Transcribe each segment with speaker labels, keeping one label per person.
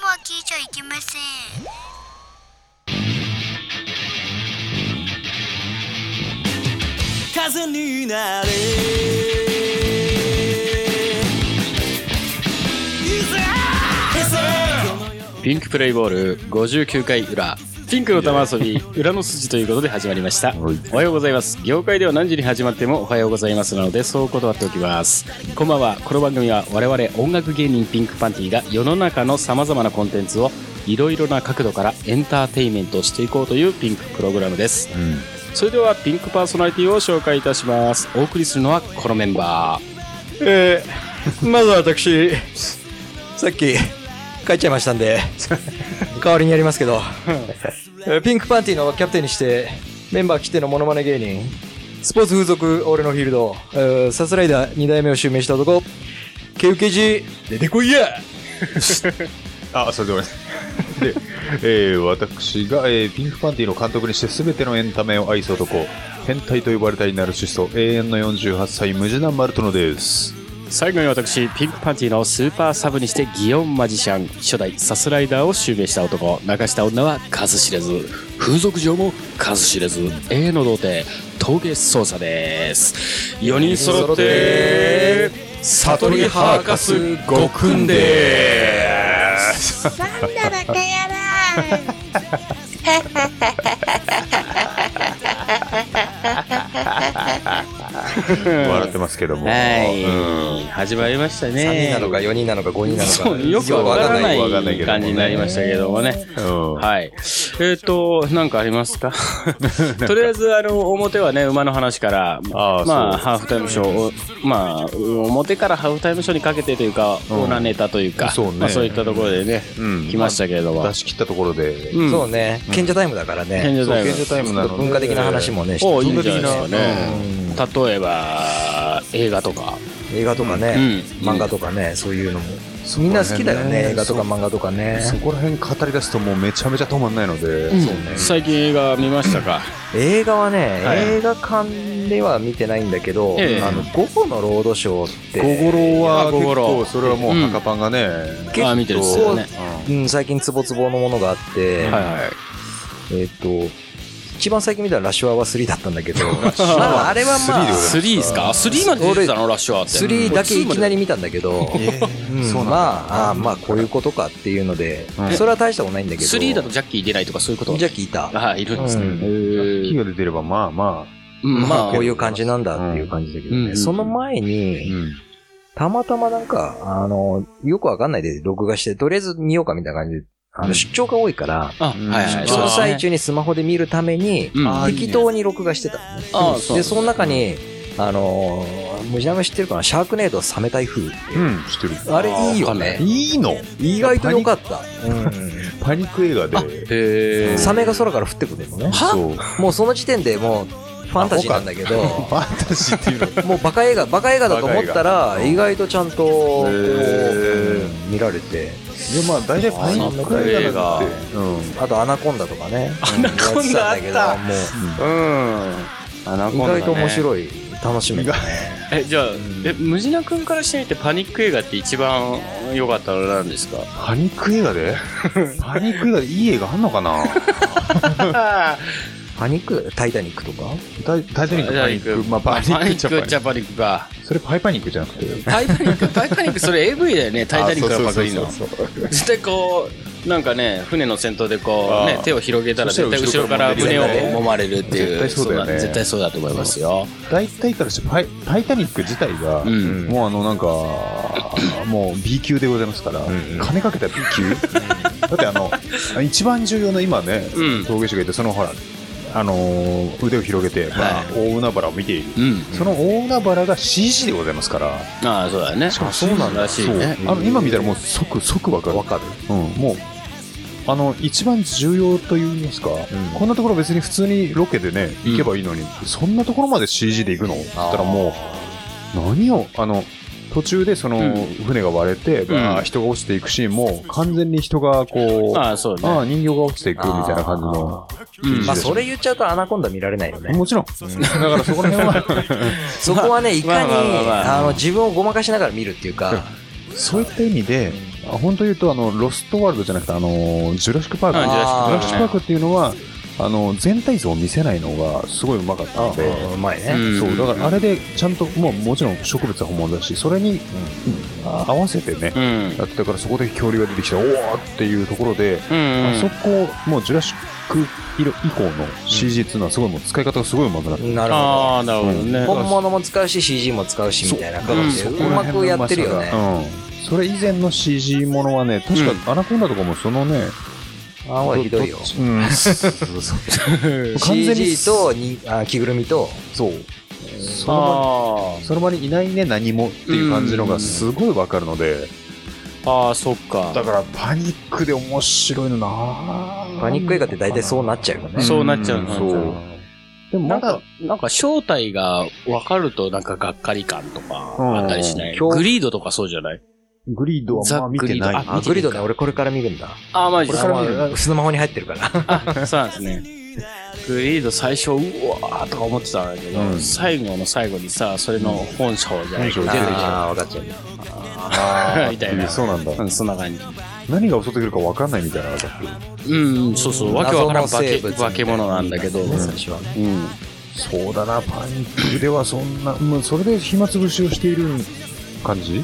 Speaker 1: いけません
Speaker 2: 風になれ
Speaker 3: ピンクプレイボール59回裏ピンクの玉遊び裏の筋ということで始まりました
Speaker 4: はい
Speaker 3: おはようございます業界では何時に始まってもおはようございますなのでそう断っておきますこんばんはこの番組は我々音楽芸人ピンクパンティが世の中のさまざまなコンテンツをいろいろな角度からエンターテインメントしていこうというピンクプログラムです
Speaker 4: うん
Speaker 3: それではピンクパーソナリティを紹介いたしますお送りするのはこのメンバー
Speaker 5: えー、まずは私、さっき帰っちゃいましたんで、代わりにやりますけど、えーピンクパンティのキャプテンにして、メンバー来てのモノマネ芸人、スポーツ風俗俺のフィールド、えーサスライダー2代目を襲名した男、ケウケジ、出てこいや
Speaker 4: あ、それで終わりです。 で、えー私が、えーピンクパンティの監督にして全てのエンタメを愛す男、変態と呼ばれたいナルシスト、永遠の48歳、ムジナ・マルトノです。
Speaker 3: 最後に私ピンクパンティのスーパーサブにしてギオンマジシャン初代サスライダーを襲名した男泣かした女は数知れず風俗嬢も数知れず永遠の童貞峠捜査です4人揃って悟りハーカスごくんで
Speaker 1: なんだバカやら
Speaker 4: 笑ってますけども。
Speaker 3: はい始まりましたね
Speaker 5: 3人なのか4人なのか5人な
Speaker 3: そう
Speaker 5: のか、
Speaker 3: よくわからな
Speaker 4: よくわかんない
Speaker 3: い
Speaker 4: けどもね
Speaker 3: 感じになりましたけどもね
Speaker 4: うん。うん
Speaker 3: はい。えっ、と、なんかありますかとりあえず、あの、表はね、馬の話から、
Speaker 4: ああ
Speaker 3: まあ、
Speaker 4: そう
Speaker 3: ハーフタイムショーを、まあ、表からハーフタイムショーにかけてというか、
Speaker 4: うん
Speaker 3: オーナーネタというか、
Speaker 4: そうね
Speaker 3: まあ、そういったところでね、
Speaker 4: うん
Speaker 3: 来ましたけれども。
Speaker 4: 出し切ったところで、
Speaker 3: うん
Speaker 5: そうね、賢者タイムだからね、
Speaker 3: 賢者タイム
Speaker 4: 賢者タイムなので
Speaker 5: 文化的な話もね、
Speaker 3: お
Speaker 5: して
Speaker 3: いいんじゃないですかね。
Speaker 5: うん
Speaker 3: 例えば、映画とか。
Speaker 5: 映画とかね、
Speaker 3: うん
Speaker 5: 漫画とかね、そういうのも。みんな好きだよね、映画とか漫画とかね。
Speaker 4: そこら辺語り出すともうめちゃめちゃ止まんないので、
Speaker 3: うん最近映画見ましたか
Speaker 5: 映画はね、
Speaker 3: はい
Speaker 5: 映画館では見てないんだけど、
Speaker 3: ええ
Speaker 5: あの、午後のロードショーって、
Speaker 4: ゴゴロは
Speaker 3: あゴ
Speaker 4: 結
Speaker 3: ゴロ
Speaker 4: 構、それはもう墓パンがね、
Speaker 5: 結構
Speaker 3: あ見てるっすよね。
Speaker 5: うん、最近ツボツボのものがあって、
Speaker 3: はいはい。
Speaker 5: えっ、と、一番最近見たらラッシュアワー3だったんだけど、まあ、あれはまあ、
Speaker 3: 3ですか ?3 まで出てたのラッシュアワーって。
Speaker 5: 3だけいきな
Speaker 3: り。
Speaker 5: り見たんだけど、うん
Speaker 4: そうなんだ
Speaker 5: まあ、あーまあこういうことかっていうので、それは大したことないんだけど、
Speaker 3: 3だとジャッキー出ないとかそういうこと
Speaker 5: じゃあ聞いた。
Speaker 3: はい、いるんですね。
Speaker 5: うん
Speaker 3: へー
Speaker 4: 木が出てればまあま
Speaker 3: うん
Speaker 5: まあ、こういう感じなんだっていう感じだけどね。
Speaker 3: うんうん
Speaker 5: その前
Speaker 4: あ、
Speaker 5: に、たまたまなんか、あの、よくわかんないで録画して、とりあえず見ようかみたいな感じで、あの、出張が多いから、
Speaker 3: あ、はいはい。
Speaker 5: その最
Speaker 3: 中
Speaker 5: 中にスマホで見るために
Speaker 3: うん、
Speaker 5: あー適当に録画してた。
Speaker 3: あー
Speaker 5: うん
Speaker 3: そう
Speaker 5: で、その中に、あのー、ムジナム知ってるかなシャークネードサメ台風って
Speaker 4: う、
Speaker 5: いうん
Speaker 4: 知ってる。
Speaker 5: あれいいよね。
Speaker 4: いいの
Speaker 5: 意外と良かった。
Speaker 4: パニック映画で。
Speaker 3: へ
Speaker 5: うん
Speaker 3: ー
Speaker 5: サメが空から降ってくるのね。
Speaker 4: そう。
Speaker 5: もうその時点でもう、ファンタジーなんだけど、
Speaker 4: ファンタジーっていうの
Speaker 5: もうバカ映画、バカ映画だと思ったら、意外とちゃんと、こう
Speaker 4: へー
Speaker 5: うん見られて。
Speaker 4: いやまあ大体パニック映画なんて、うん、
Speaker 5: あと、アナコンダとかね。
Speaker 3: アナコンダあった
Speaker 5: やてたんだ
Speaker 3: うん。
Speaker 5: けど、もう、意外と面
Speaker 3: い。
Speaker 5: 白い。楽しみだね。
Speaker 3: え、じゃあ、え、ムジナ君からしてみてパニック映画って一番良かったのは何です か
Speaker 4: パニック映画で パニック映画でいい映画あんのかな
Speaker 5: パニック、タイタニックとか
Speaker 4: タイタイタニックパニックまあパニックじゃパニッ
Speaker 3: じゃパニックか。
Speaker 4: クそれパイパニックじゃなくて
Speaker 3: タイタニック、タイタニック、それ AV だよね、タイタニックのパクリの
Speaker 4: あ。そうそうそうそう
Speaker 3: 絶対こう、なんかね、船の先頭でこう、ね
Speaker 4: あ、ー
Speaker 3: 手を広げたら
Speaker 4: そ
Speaker 3: 絶
Speaker 4: した
Speaker 3: 対後
Speaker 4: ら
Speaker 3: ろから
Speaker 4: 後
Speaker 3: 船
Speaker 4: ろ
Speaker 3: を
Speaker 4: から
Speaker 5: ね
Speaker 3: 揉まれるっていう。
Speaker 4: 絶対そうだよね
Speaker 3: 絶対そうだと思いますよ。
Speaker 4: 大体からしてパイタイタニック自体が、
Speaker 3: うん
Speaker 4: もうあのなんかもう B 級でございますから、
Speaker 5: んうん
Speaker 4: 金かけた B 級だってあの一番重要な今ね、
Speaker 3: うん
Speaker 4: 陶芸師がいてそのほらあのー腕を広げて、まあ
Speaker 3: はい
Speaker 4: 大海原を見ている、
Speaker 3: うん。
Speaker 4: その大海原が CG でございますから、
Speaker 3: ああ、そうだよね。
Speaker 4: あそうなんだ
Speaker 3: らしいね。
Speaker 4: あの今見たらもう即即わかる
Speaker 5: わかる。
Speaker 4: うん、もうあの一番重要といいますか、こんなところ別に普通にロケでね
Speaker 3: うん
Speaker 4: 行けばいいのに、そんなところまで CG で行くのって言ったらもう何をあの途中でその
Speaker 3: うん
Speaker 4: 船が割れて、バー人が落ちていくシーンも完全に人がこう
Speaker 3: ああ、そうね。
Speaker 4: ああ人形が落ちていくみたいな感じの
Speaker 3: うん
Speaker 5: まあ、それ言っちゃうとアナコンダ見られないよね。
Speaker 4: もちろん、だからそこら辺は
Speaker 5: そこはね、いかに、
Speaker 3: まあまあまあまあ
Speaker 5: あ の、自分をごまかしながら見るっていうか、
Speaker 4: そういった意味であ本当言うとあのロストワールドじゃなくてあのジュラシック・パーク
Speaker 3: あ
Speaker 4: ジ
Speaker 3: ジュラシッ
Speaker 6: あ
Speaker 3: ク
Speaker 6: ー
Speaker 4: ュラシック・パークっていうのはあの全体像を見せないのがすごいうまかったので
Speaker 5: あうまいね、
Speaker 3: うん
Speaker 4: そうだからあれでちゃんと、もうもちろん植物は本物だしそれに合わせてね
Speaker 3: うん
Speaker 4: やってたからそこで恐竜が出てきておおっていうところで、
Speaker 3: うん
Speaker 4: あそこもうジュラシック以降の CG っていうのはすごいもう使い方がすごいうまくなって
Speaker 6: なるほど。
Speaker 3: ああなるほどね、
Speaker 6: 本物も使うし CG も使うしみたいな感じで
Speaker 3: そうう
Speaker 4: この
Speaker 6: ま
Speaker 4: 辺の
Speaker 6: くやってるよ
Speaker 4: うまさ
Speaker 6: ね。
Speaker 4: がうんそれ以前の CG ものはね確かアナコンダとかもそのね、
Speaker 6: あんはひどいよ
Speaker 4: ど。っちうん、そうそうそう 完全に
Speaker 6: CG とにあ着ぐるみと
Speaker 4: そうその場
Speaker 3: あ
Speaker 4: にその場にいないね何もっていう感じのがすごいわかるの
Speaker 3: ー
Speaker 4: で
Speaker 3: あーそっか
Speaker 4: だからパニックで面白いのな
Speaker 6: パニック映画って大体そうなっちゃうよね。
Speaker 3: そうなっちゃう
Speaker 4: うん
Speaker 3: な
Speaker 4: そうで
Speaker 3: な
Speaker 4: もま
Speaker 3: んか
Speaker 4: だ、
Speaker 3: なんか正体が分かるとなんかがっかり感とかあったりしない、
Speaker 6: うん
Speaker 3: グリードとかそうじゃない
Speaker 4: グリードはまあ見てない
Speaker 3: ザグリードあ
Speaker 6: あ、グリドね、俺これから見るんだ。
Speaker 3: ああ、マジ
Speaker 6: こ
Speaker 3: で
Speaker 6: れ
Speaker 3: す
Speaker 6: か
Speaker 3: から
Speaker 6: 見るんだ。スマホに入ってるから。
Speaker 3: あそうなんですね。グリード最初、うわーとか思ってたんだけど、
Speaker 4: うん
Speaker 3: 最後の最後にさ、それの本性じゃないけど、
Speaker 4: 本
Speaker 3: 出
Speaker 4: 性
Speaker 3: てき
Speaker 6: ああ、分かっちゃう。
Speaker 3: たみたいな。
Speaker 4: そうなんだ
Speaker 3: うん、そんな感じ。
Speaker 4: 何が襲ってくるか分かんないみたいなのがあって
Speaker 3: うん、そうそう、わけわからん化け
Speaker 6: 謎の生物みたい
Speaker 3: 化け物なんだけど、
Speaker 6: ね最初は。
Speaker 3: うん。
Speaker 4: そうだなパニックではそんな、もうそれで暇つぶしをしている感じ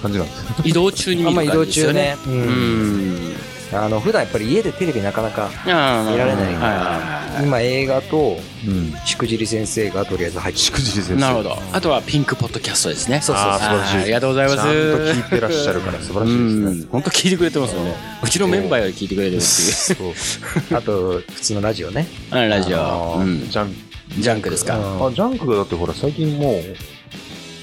Speaker 4: 感じなんです
Speaker 3: 移動中に
Speaker 6: あ
Speaker 3: 見
Speaker 6: んま
Speaker 3: る
Speaker 6: 移
Speaker 3: 感
Speaker 6: 動
Speaker 3: じですよ
Speaker 6: 中
Speaker 3: ね
Speaker 6: ね。。う。
Speaker 3: うんん。
Speaker 6: あの、普段やっぱり家でテレビなかなか
Speaker 3: あー
Speaker 6: 見られない
Speaker 3: は
Speaker 6: か
Speaker 3: は
Speaker 6: ら、今映画と、
Speaker 4: うん
Speaker 6: しくじり先生がとりあえず入って
Speaker 4: しくじり先生
Speaker 3: なるほど。あとはピンクポッドキャストですね。
Speaker 6: そうそうそう
Speaker 3: あー素晴らしい。ありがとうござい
Speaker 4: ちゃ
Speaker 3: ま
Speaker 4: ん
Speaker 3: す。
Speaker 4: と聞いてらっしゃるから素晴らしいです
Speaker 3: う
Speaker 4: ね
Speaker 3: ん、本当聞いてくれてますよね。うちのメンバーより聞いてくれてるって
Speaker 6: そう あと、普通のラジオね。
Speaker 3: いう。あラジオ。
Speaker 4: あ
Speaker 3: う
Speaker 4: ー
Speaker 3: ん
Speaker 4: ジャン
Speaker 3: ジャンクですか。
Speaker 4: あジャンクがだってほら最近もう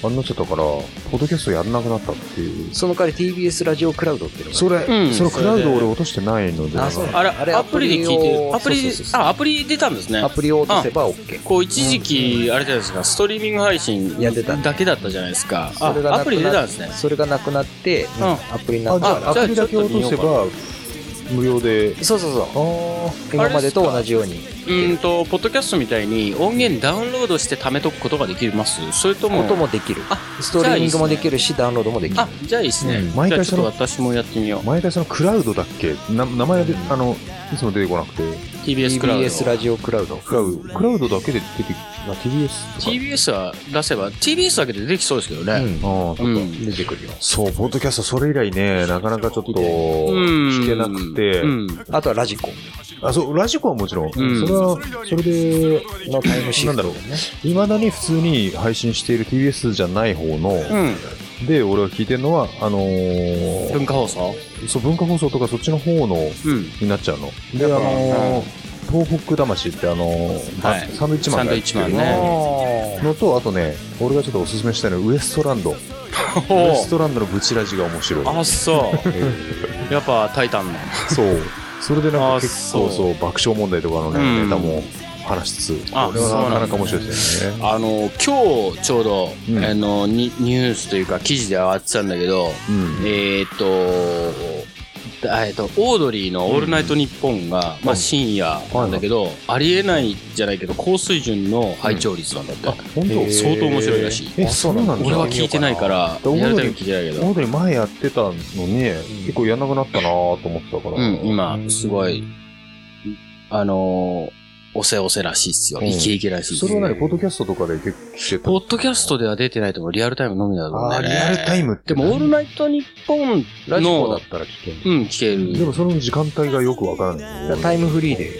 Speaker 4: あんなっちゃったからポッドキャストやんなくなったっていう
Speaker 6: その代わり TBS ラジオクラウドっていうのが
Speaker 4: それ、
Speaker 3: うん
Speaker 4: そのクラウド
Speaker 3: それで
Speaker 4: 俺落としてないので
Speaker 6: あそう
Speaker 3: あれ、
Speaker 6: あれ
Speaker 3: アプリで聞いてる。ア
Speaker 6: ア
Speaker 3: プ
Speaker 6: プリ
Speaker 3: リ
Speaker 6: をそうそう、そう
Speaker 3: あ、アプリ出たんですね
Speaker 6: ア。プリを落とせば OK。
Speaker 3: こう、一時期、あれじゃないですか、ストリーミング配信
Speaker 6: やってたね
Speaker 3: だけだったじゃないですか。あ
Speaker 6: それがなく、な
Speaker 3: アプリ出たんですね。
Speaker 6: それがなくなって、
Speaker 3: ん
Speaker 6: アプリにな
Speaker 4: あ
Speaker 6: っ
Speaker 4: じ
Speaker 6: た
Speaker 4: ゃ
Speaker 6: か
Speaker 4: あ
Speaker 6: ら
Speaker 4: アプリだけ落とせば無料で
Speaker 6: そうそうそう。今までと同じように。
Speaker 3: うーんと、ポッドキャストみたいに音源ダウンロードして貯めとくことができますそれとも、
Speaker 6: 音もできる。
Speaker 3: あ
Speaker 6: ストリーミングもできるし、ダウンロードもできる
Speaker 3: あ。、じゃあいいですね
Speaker 4: うん。毎
Speaker 3: じゃあ
Speaker 4: 回
Speaker 3: ち
Speaker 4: そ
Speaker 3: ょ
Speaker 4: の
Speaker 3: っと私もやってみよう。
Speaker 4: 毎回そのクラウドだっけな名前で、あのいつも出てこなくて
Speaker 3: TBS クラウド。
Speaker 6: TBS ラジオクラウド。
Speaker 4: クラウドクラウドだけで出てきあ TBS とか
Speaker 3: TBS は出せば、TBS だけで出てきそうですけどね。
Speaker 4: あー
Speaker 3: うん。
Speaker 6: 出てくるよ。
Speaker 4: そうポッドキャストそれ以来ねなかなかちょっと
Speaker 3: うん
Speaker 4: 聞けなくて、
Speaker 3: うん。
Speaker 6: あとはラジコ。
Speaker 4: あそうラジコはもちろん、
Speaker 3: ん
Speaker 4: それはそれでまあ
Speaker 6: タイムシ
Speaker 4: な
Speaker 6: フ
Speaker 4: ん
Speaker 6: ト
Speaker 4: だろういまだに普通に配信している TBS じゃない方の、
Speaker 3: うん。
Speaker 4: で俺が聞いてるのはあのー
Speaker 3: 文化放送
Speaker 4: そう文化放送とかそっちの方の
Speaker 3: うん。
Speaker 4: になっちゃうのであのー東北魂ってあのー
Speaker 3: はい
Speaker 4: サンドイッチマンがやってる
Speaker 3: サンドイッチマンね
Speaker 4: のとあとね俺がちょっとおすすめしたいのはウエストランドウエストランドのブチラジが面白い
Speaker 3: あ、そう。やっぱ、タイタンの。
Speaker 4: そうそれでなん
Speaker 3: あ
Speaker 4: か結構
Speaker 3: そ
Speaker 4: そう爆笑問題とかのね、
Speaker 3: うん
Speaker 4: ネタも話しつつ
Speaker 3: あ
Speaker 4: これは
Speaker 3: そう
Speaker 4: な
Speaker 3: なん
Speaker 4: か
Speaker 3: だ
Speaker 4: なか面白いですよね
Speaker 3: あの、今日、ちょうど、
Speaker 4: うん
Speaker 3: あのニ、ニュースというか、記事で上がってたんだけど、
Speaker 4: うん
Speaker 3: えーっと、あえーっと、オードリーの「オールナイトニッポンが」まあ、深夜なんだけど、ありえないじゃないけど高水準の拝聴率なんだって、
Speaker 4: 本当
Speaker 6: へー
Speaker 3: 相当面白いらしい
Speaker 4: えそうなんだ
Speaker 3: 俺は聞いてないから
Speaker 4: うん
Speaker 3: やるたびに聞いてないけど
Speaker 4: オードリー前やってたのに、結構やんなくなったなと思ってたから。
Speaker 3: うん、今、すごい、あのー、おせおせらしいっすよ。
Speaker 4: うん
Speaker 3: イケイケらしいっす
Speaker 4: それは
Speaker 3: よ。
Speaker 4: 何、ポッドキャストとかで結構聞けた
Speaker 3: ポッドキャストでは出てないと思う。リアルタイムのみだと思うんだ
Speaker 4: あ
Speaker 3: よ
Speaker 4: ー
Speaker 3: ね。
Speaker 4: リアルタイムって
Speaker 3: で
Speaker 4: 何。
Speaker 3: も、オールナイトニッポン
Speaker 4: ラジコだ
Speaker 3: の
Speaker 4: っ、たら聞ける。
Speaker 3: うん、聞け
Speaker 4: で
Speaker 3: る。
Speaker 4: もその時間帯がよくわからないんだよね。
Speaker 6: タイムフリーで。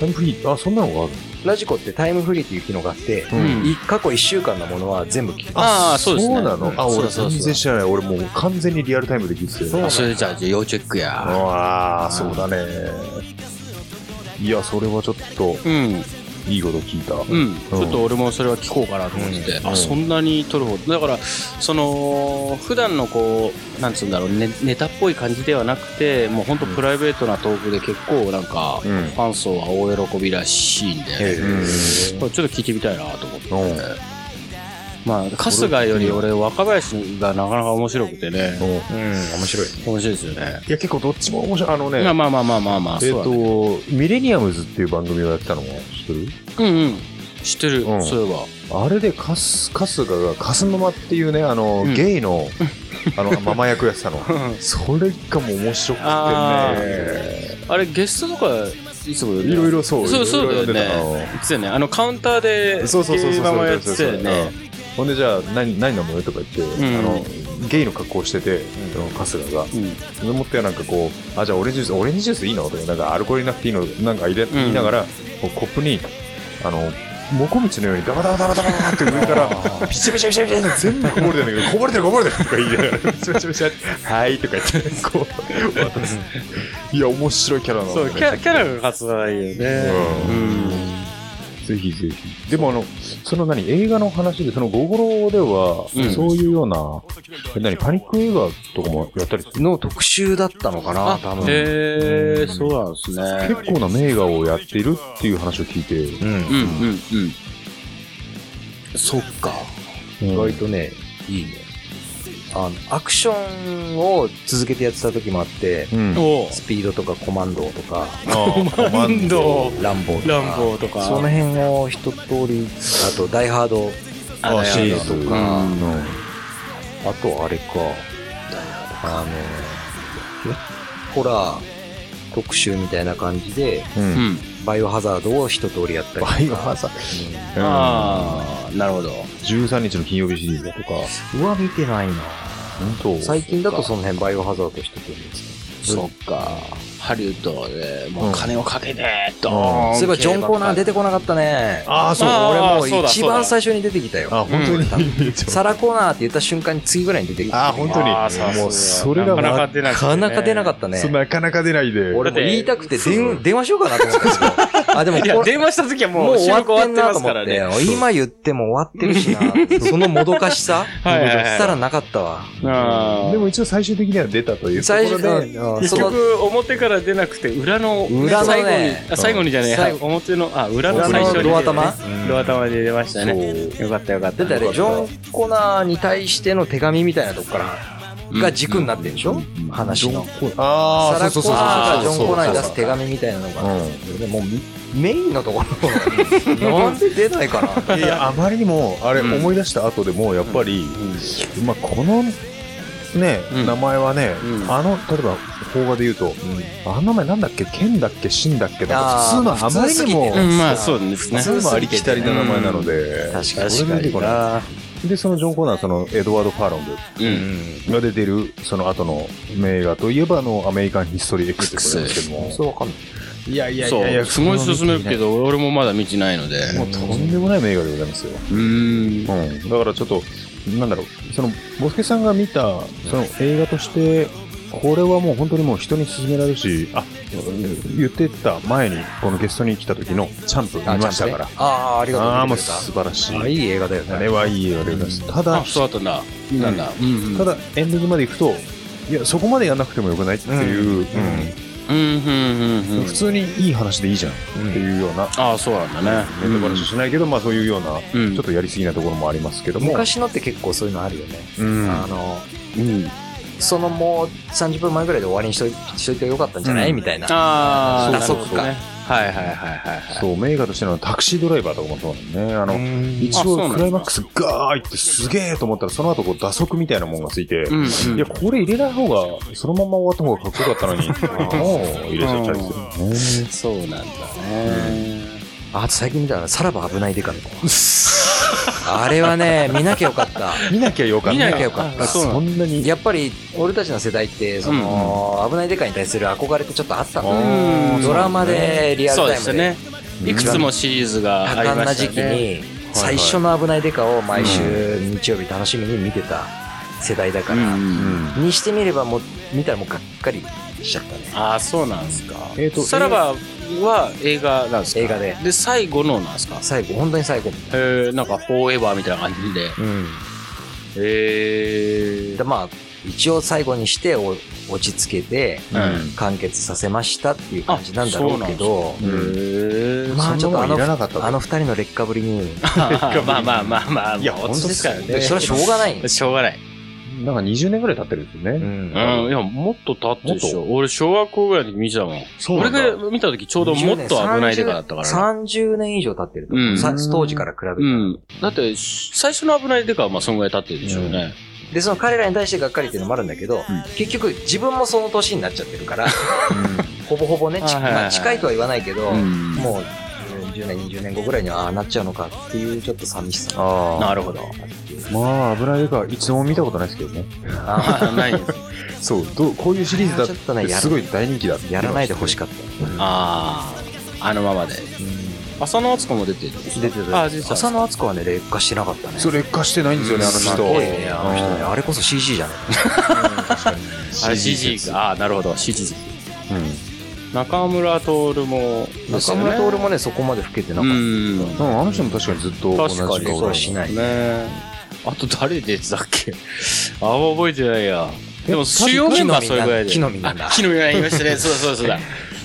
Speaker 4: タイムフリー、あ、そんなのがある
Speaker 6: ラジコってタイムフリーっていう機能があって、
Speaker 3: うん
Speaker 6: い過去1週間のものは全部聞く。
Speaker 3: ああ、そうですね。
Speaker 4: なのあ、
Speaker 3: そ
Speaker 4: 俺
Speaker 3: うそうそ
Speaker 4: 全
Speaker 3: う
Speaker 4: 然知らない。俺もう完全にリアルタイムで聞いてたよ
Speaker 3: あ。それじゃあ、じゃあ要チェックや。
Speaker 4: ああ、そうだね。いや、それはちょっと、
Speaker 3: うん、
Speaker 4: いいこと聞いた。
Speaker 3: う、
Speaker 4: うん
Speaker 3: ちょっと俺もそれは聞こうかなと思ってて、
Speaker 4: うん
Speaker 3: あそんなに撮るほどだからその普段のこうなんつうんだろうネネタっぽい感じではなくてもう本当プライベートなトークで結構なんか、
Speaker 4: う
Speaker 3: フ
Speaker 4: ん
Speaker 3: ァン層は大喜びらしいんで、
Speaker 4: ん
Speaker 3: これちょっと聞いてみたいなと思って、
Speaker 4: うん
Speaker 3: まあ春日より俺若林がなかなか面白くてね、
Speaker 4: うん
Speaker 6: うん、面白い。
Speaker 3: 面白いですよね
Speaker 4: いや、結構どっちも面白い。あのね
Speaker 3: まあ、まあまあまあまあまあ
Speaker 4: えっ、
Speaker 3: そうだね
Speaker 4: と、ミレニアムズっていう番組をやってたのも知ってる
Speaker 3: うんうん知ってる、
Speaker 4: うん
Speaker 3: そういえば
Speaker 4: あれでカス、春日が、カスママっていうね、あ の、
Speaker 3: うん
Speaker 4: ゲイのあの、ママ役やってたの。それがもう面白くて
Speaker 3: あ
Speaker 4: ね。
Speaker 3: あれゲストとかいつも
Speaker 4: いろいろそう。
Speaker 3: そうそうだよ
Speaker 4: いろいろやってた
Speaker 3: ね
Speaker 4: の
Speaker 3: いつだよねあのカウンターで
Speaker 4: そうそうそうそう
Speaker 3: ゲーママやっ
Speaker 4: そ
Speaker 3: て
Speaker 4: うそ
Speaker 3: たよ
Speaker 4: うそう
Speaker 3: ね
Speaker 4: うんほんでじゃあ何何飲むとか言って、
Speaker 3: ん
Speaker 4: あのゲイの格好をしてて、あの春日が、でもってはなんかこうあじゃあオレンジジュースオレンジジュースいいのとかなんかアルコールなくていいのなんか入れ、言いながらこうコップにあのもこみちのようにダバダバダバダバダバって上からピチャピチャピチャピチャ全部こぼれてるんだけどこぼれてるこぼれてるとか言いながらピチャピチャピチャってはいとか言ってこう渡すいや面白いキャラなの
Speaker 3: そうキャキャラが勝つないよねうん
Speaker 4: ぜひぜひ。でもあの、その何、映画の話で、そのゴゴロでは、
Speaker 3: うん
Speaker 4: そういうような、え何、パニック映画とかもやったりする
Speaker 6: の特集だったのかな、多分。
Speaker 3: へえそうなんですね
Speaker 4: 結構な名画をやっているっていう話を聞いて、
Speaker 3: うんうんう
Speaker 5: ん。
Speaker 3: んそっか
Speaker 5: 意外とね、いいね。
Speaker 6: あの、アクションを続けてやってた時もあって、
Speaker 4: うん
Speaker 3: お
Speaker 5: スピードとかコマンドとか、
Speaker 4: コマンド。
Speaker 5: ランボーとか。
Speaker 3: ランボーとか
Speaker 5: その辺を一通り、あと、ダイハード、
Speaker 3: あの
Speaker 4: シリーズ
Speaker 5: と
Speaker 4: と
Speaker 5: か、
Speaker 4: か
Speaker 3: う、
Speaker 5: あとあれか、あの、ホラー特集みたいな感じで、
Speaker 4: うん
Speaker 3: う。ん
Speaker 5: バイオハザードを一通りやったりとか。バイオハザー
Speaker 3: ああなるほど
Speaker 4: 13日の金曜日シリーズだとか、
Speaker 5: うわ、見てないな
Speaker 4: 本当。
Speaker 5: 最近だとその辺バイオハザード一通りです
Speaker 3: そっかハリウッドでもう金をかけてドーン、
Speaker 5: そういえばジョン・コーナー出てこなかったね。
Speaker 4: ああ、そう。
Speaker 3: あ
Speaker 5: 俺
Speaker 3: ー
Speaker 5: も
Speaker 3: そう
Speaker 5: う
Speaker 3: だ
Speaker 5: 一番最初に出てきたよ。
Speaker 4: あ、本当に。
Speaker 5: サラ・コーナーって言った瞬間に次ぐらいに出てきた。
Speaker 4: あー、本
Speaker 3: あー
Speaker 4: 当
Speaker 3: さ
Speaker 4: に。もう、
Speaker 3: すが
Speaker 4: それが
Speaker 3: なかなか出な
Speaker 5: な
Speaker 3: くてね
Speaker 5: かなか出なかったね
Speaker 4: そ。うなかなか出ないで。
Speaker 5: 俺も言いたくて電電話しようかなと思ったんですよ。あ、でも
Speaker 3: いや
Speaker 5: これ
Speaker 3: 電話した時はも
Speaker 5: も
Speaker 3: う
Speaker 5: う
Speaker 3: 収
Speaker 5: 終わ
Speaker 3: 録終
Speaker 5: って
Speaker 3: わってま
Speaker 5: んなと
Speaker 3: す
Speaker 5: 思
Speaker 3: か
Speaker 5: っ
Speaker 3: ら
Speaker 5: て
Speaker 3: ね。
Speaker 5: 今言っても終わってるしな。 そのもどかしさ
Speaker 3: はいはいはい
Speaker 5: したらなかったわ。
Speaker 3: あー
Speaker 4: でも一応最終的には出たというとこ
Speaker 5: 最初
Speaker 4: ろで。
Speaker 5: うん
Speaker 3: 結
Speaker 5: その
Speaker 3: 局表から出なくて裏の
Speaker 5: 裏のね
Speaker 3: 最後にあ最後に
Speaker 5: うん
Speaker 3: じゃねえ
Speaker 5: 最
Speaker 3: や
Speaker 5: 後
Speaker 3: 表のあ裏の
Speaker 5: 裏
Speaker 3: 最初
Speaker 5: の
Speaker 3: に
Speaker 5: ドア玉
Speaker 3: ロア玉で出ましたね
Speaker 4: そ
Speaker 3: よかったよかった
Speaker 5: だってあれ、ジョン・コナーに対しての手紙みたいなとこから、が軸になってるでしょ話の。
Speaker 4: あ
Speaker 5: サラ・コーナーがジョン・コナーに出す手紙みたいなのが、
Speaker 4: うん
Speaker 5: でもうメインのところ、なんで出ないかな。
Speaker 4: いやいやあまりにもあれ
Speaker 3: うん
Speaker 4: 思い出した後でもやっぱり、まあ、この、ね
Speaker 3: うん
Speaker 4: 名前はね、
Speaker 3: うん
Speaker 4: あの例えば邦画で言うと、あの名前なんだっけ剣だっけ真だっけだから
Speaker 5: あー
Speaker 4: 普通のあまりに
Speaker 5: 普通す
Speaker 4: も
Speaker 5: ぎてね
Speaker 3: うんまあそうですね
Speaker 4: 普通のありきたりな名前なので、
Speaker 5: 確かに
Speaker 4: それが出てこないでそのジョン・コーナーそのエドワード・ファーロン
Speaker 3: うん
Speaker 4: が出てるその後の名画といえばあのアメリカン・ヒストリー X ってことなんですけども
Speaker 5: そうわかんない。
Speaker 4: いやいやい
Speaker 3: そ
Speaker 4: やいうや
Speaker 3: すごい進めるけど俺もまだ見てないので
Speaker 4: もうとんでもない名画でございますよ
Speaker 3: うん
Speaker 4: うん、だからちょっと、なんだろう、その、ボスケさんが見た、その映画として、これはもう本当にもう人に勧められるし、あ、言ってた前に、このゲストに来た時の、ちゃんと見ましたから。
Speaker 5: ああ、ありがとうご
Speaker 4: ああー、もう
Speaker 5: ざいます
Speaker 4: 素。晴らし
Speaker 5: あ
Speaker 4: い。
Speaker 5: いい映画だよ
Speaker 4: あ
Speaker 5: ね
Speaker 4: れ。はいい映画でございます。た
Speaker 3: あ
Speaker 4: だ、
Speaker 3: そうだったんだなんだうん
Speaker 4: ただ、エンディングまで行くと、いや、そこまでやんなくてもよくないっていう、
Speaker 3: うんうんうんうん
Speaker 4: 普通にいい話でいいじゃんっていうような、
Speaker 3: ああそうなんだね
Speaker 4: ネタバラシしないけど、まあそういうような、
Speaker 3: うん
Speaker 4: ちょっとやりすぎなところもありますけども。
Speaker 5: 昔のって結構そういうのあるよね。
Speaker 4: うん
Speaker 5: あの、
Speaker 3: うん
Speaker 5: そのもう30分前ぐらいで終わりにしといしといてよかったんじゃな
Speaker 4: う
Speaker 5: い
Speaker 4: ん
Speaker 5: みたいな。
Speaker 3: ああ
Speaker 5: 打足感
Speaker 3: はいはいはいはいはい
Speaker 4: そう、名画としてのタクシードライバーとかもそうなんだよね。あの、一
Speaker 3: あそうなん
Speaker 4: 応
Speaker 3: だ
Speaker 4: クライマックスガーいってすげえと思ったら、その後こう打足みたいなもんがついて、
Speaker 3: うん
Speaker 4: いや、これ入れない方が、そのまま終わった方がかっこよかったのに、もう入れちゃったりするね。
Speaker 3: そうなんだね
Speaker 5: あと最近見たら、さらば危ないデカみたいな。あれはね、見なきゃよかった。
Speaker 4: 見なきゃよかった。
Speaker 3: 見なきゃ
Speaker 5: よかった
Speaker 4: あそんなに。
Speaker 5: やっぱり、俺たちの世代って、その、危ないデカに対する憧れってちょっとあったんだ
Speaker 3: う
Speaker 5: よ
Speaker 3: ん
Speaker 5: ね。ドラマで、リアル
Speaker 3: そうで
Speaker 5: タイム
Speaker 3: す
Speaker 5: で。
Speaker 3: ねいくつもシリーズが
Speaker 5: 多
Speaker 3: あり
Speaker 5: 感
Speaker 3: ま
Speaker 5: な
Speaker 3: し
Speaker 5: 時
Speaker 3: た
Speaker 5: 期
Speaker 3: ね
Speaker 5: に最初の「危ないデカ」を毎週日曜日楽しみに見てた世代だ
Speaker 3: う
Speaker 5: か
Speaker 3: ん
Speaker 5: ら、
Speaker 4: うん。
Speaker 5: にしてみればもう見たらもうがっかりしちゃったね
Speaker 3: ああそうなんですか
Speaker 4: えーと
Speaker 3: さらばは映画なんですか
Speaker 5: 映画で
Speaker 3: で最後のなんですか
Speaker 5: 最後本当に最後
Speaker 3: えー、なんかフォーエバーみたいな感じで
Speaker 5: うん
Speaker 3: え
Speaker 5: でまあ一応最後にしてお落ち着けて
Speaker 4: うん
Speaker 5: 完結させましたっていう感じなんだろうけど
Speaker 4: うん
Speaker 3: へえ
Speaker 5: まあちょっとあ
Speaker 4: そんなもんいらな
Speaker 5: の
Speaker 4: かったと
Speaker 5: あの二人の劣化ぶりに
Speaker 3: まあまあまあまあ
Speaker 4: いや
Speaker 3: もうオチですから
Speaker 4: 本
Speaker 3: ね
Speaker 4: 当です
Speaker 5: それはしょうがない
Speaker 3: しょうがない
Speaker 4: なんか20年ぐらい経ってるんですよ
Speaker 5: う
Speaker 4: ね。
Speaker 5: ん
Speaker 3: うん、いや、もっと経ってるでしょ。俺、小学校ぐらいの時見てたもん。
Speaker 4: そうな
Speaker 3: 俺
Speaker 4: んだ
Speaker 3: が見た時ちょうどもっと危ないデカだったからな。
Speaker 5: 30年以上経ってると
Speaker 3: うん
Speaker 5: さ当時から比べて
Speaker 3: うん。だって、最初の危ないデカはまあ、そんぐらい経ってるでしょうね。
Speaker 5: で、その彼らに対してがっかりっていうのもあるんだけど、結局自分もその年になっちゃってるから、ほぼほぼね、ち
Speaker 3: あはいはいはい
Speaker 5: まあ近いとは言わないけど、
Speaker 3: うん
Speaker 5: もううん10年、20年後ぐらいにはああなっちゃうのかっていうちょっと寂しさも
Speaker 4: あ
Speaker 3: なるほど。
Speaker 5: あっていう。
Speaker 4: まあ、危ない映画、一度も見たことないですけどね。
Speaker 5: あー
Speaker 3: ないです。
Speaker 4: そう、どうこういうシリーズだ
Speaker 5: ちょっとね
Speaker 4: って
Speaker 5: やら
Speaker 4: すごい大人気だって。
Speaker 5: やらないでほし
Speaker 4: く
Speaker 5: かった。
Speaker 3: ああ、あのままで。浅野敦子も出てる。
Speaker 5: 出て
Speaker 3: あ
Speaker 5: た。
Speaker 3: 出てた
Speaker 5: 浅野敦子はね、劣化してなかったね。
Speaker 4: それ劣化してないんですよね、あの人。
Speaker 5: すごいね、あの人ね。
Speaker 4: うん
Speaker 5: あれこそ CG じゃない
Speaker 3: あれ CG か。あーなるほど、CG。
Speaker 4: う
Speaker 3: 中村徹も、
Speaker 5: 中村徹もね、そこまで老けてなかっ
Speaker 3: うん
Speaker 4: ん。うんあの人も確かにずっと同じ顔
Speaker 3: 確かに
Speaker 5: そうしない
Speaker 3: ねあと誰でたっけあんま覚えてないや。でも主要
Speaker 5: た。
Speaker 3: メンバーそれぐらいで。
Speaker 5: 木の実なんだ
Speaker 3: あ。木の実がいま したね。そうだそうだそうだ。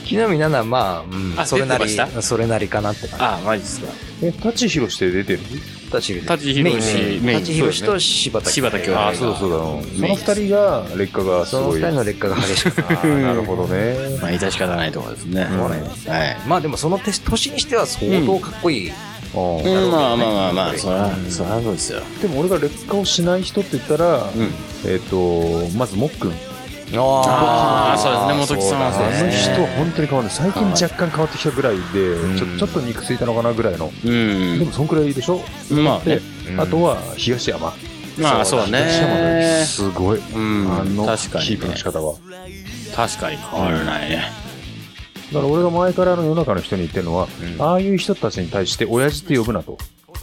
Speaker 5: 木の実ならまあ、うん
Speaker 3: あ
Speaker 5: それな
Speaker 3: 出
Speaker 5: り
Speaker 3: てまし、
Speaker 5: それなりかなって感
Speaker 3: あー、マジですか。
Speaker 4: え、舘ひろしって出てる
Speaker 5: じ。舘ひろし
Speaker 3: 舘ひろしメイン
Speaker 5: 舘ひろしと柴田
Speaker 3: 柴田恭兵あ
Speaker 4: あ、そうだそうだ。うんそ
Speaker 3: メイ
Speaker 4: の
Speaker 3: ン
Speaker 4: 二人が劣化がす
Speaker 5: その
Speaker 4: ご
Speaker 5: 二
Speaker 4: い。
Speaker 5: 人の劣化が激しくて
Speaker 4: なるほどね。
Speaker 3: まあ、致し方ないところですね。
Speaker 5: そう
Speaker 3: はい
Speaker 5: ね。まあでもその年年にしては相当かっこいい。
Speaker 4: うん
Speaker 3: うんまあまあまあま
Speaker 5: う
Speaker 3: あ、
Speaker 5: ん
Speaker 3: そら、そらそうですよ。
Speaker 4: でも俺が劣化をしない人って言ったら、
Speaker 3: うん。
Speaker 4: えっと、まずもっくん。
Speaker 3: あーそうですね元木さんは
Speaker 4: あ
Speaker 3: そうです
Speaker 4: の
Speaker 3: ね
Speaker 4: 人本当に変わんない。最近若干変わってきたぐらいで、ちょちょっと肉ついたのかなぐらいの。でもそんくらいでしょ
Speaker 3: うん。まあね
Speaker 4: で。、あとは東山。
Speaker 3: まあそう
Speaker 4: 東山の
Speaker 3: ね。
Speaker 4: すごい。
Speaker 3: うん
Speaker 4: あの、
Speaker 3: 確かにね
Speaker 4: キープの仕方は。
Speaker 3: 確かに変わらないね。
Speaker 4: だから俺が前からあの世の中の人に言ってるのは、ああいう人たちに対して親父って呼ぶなと。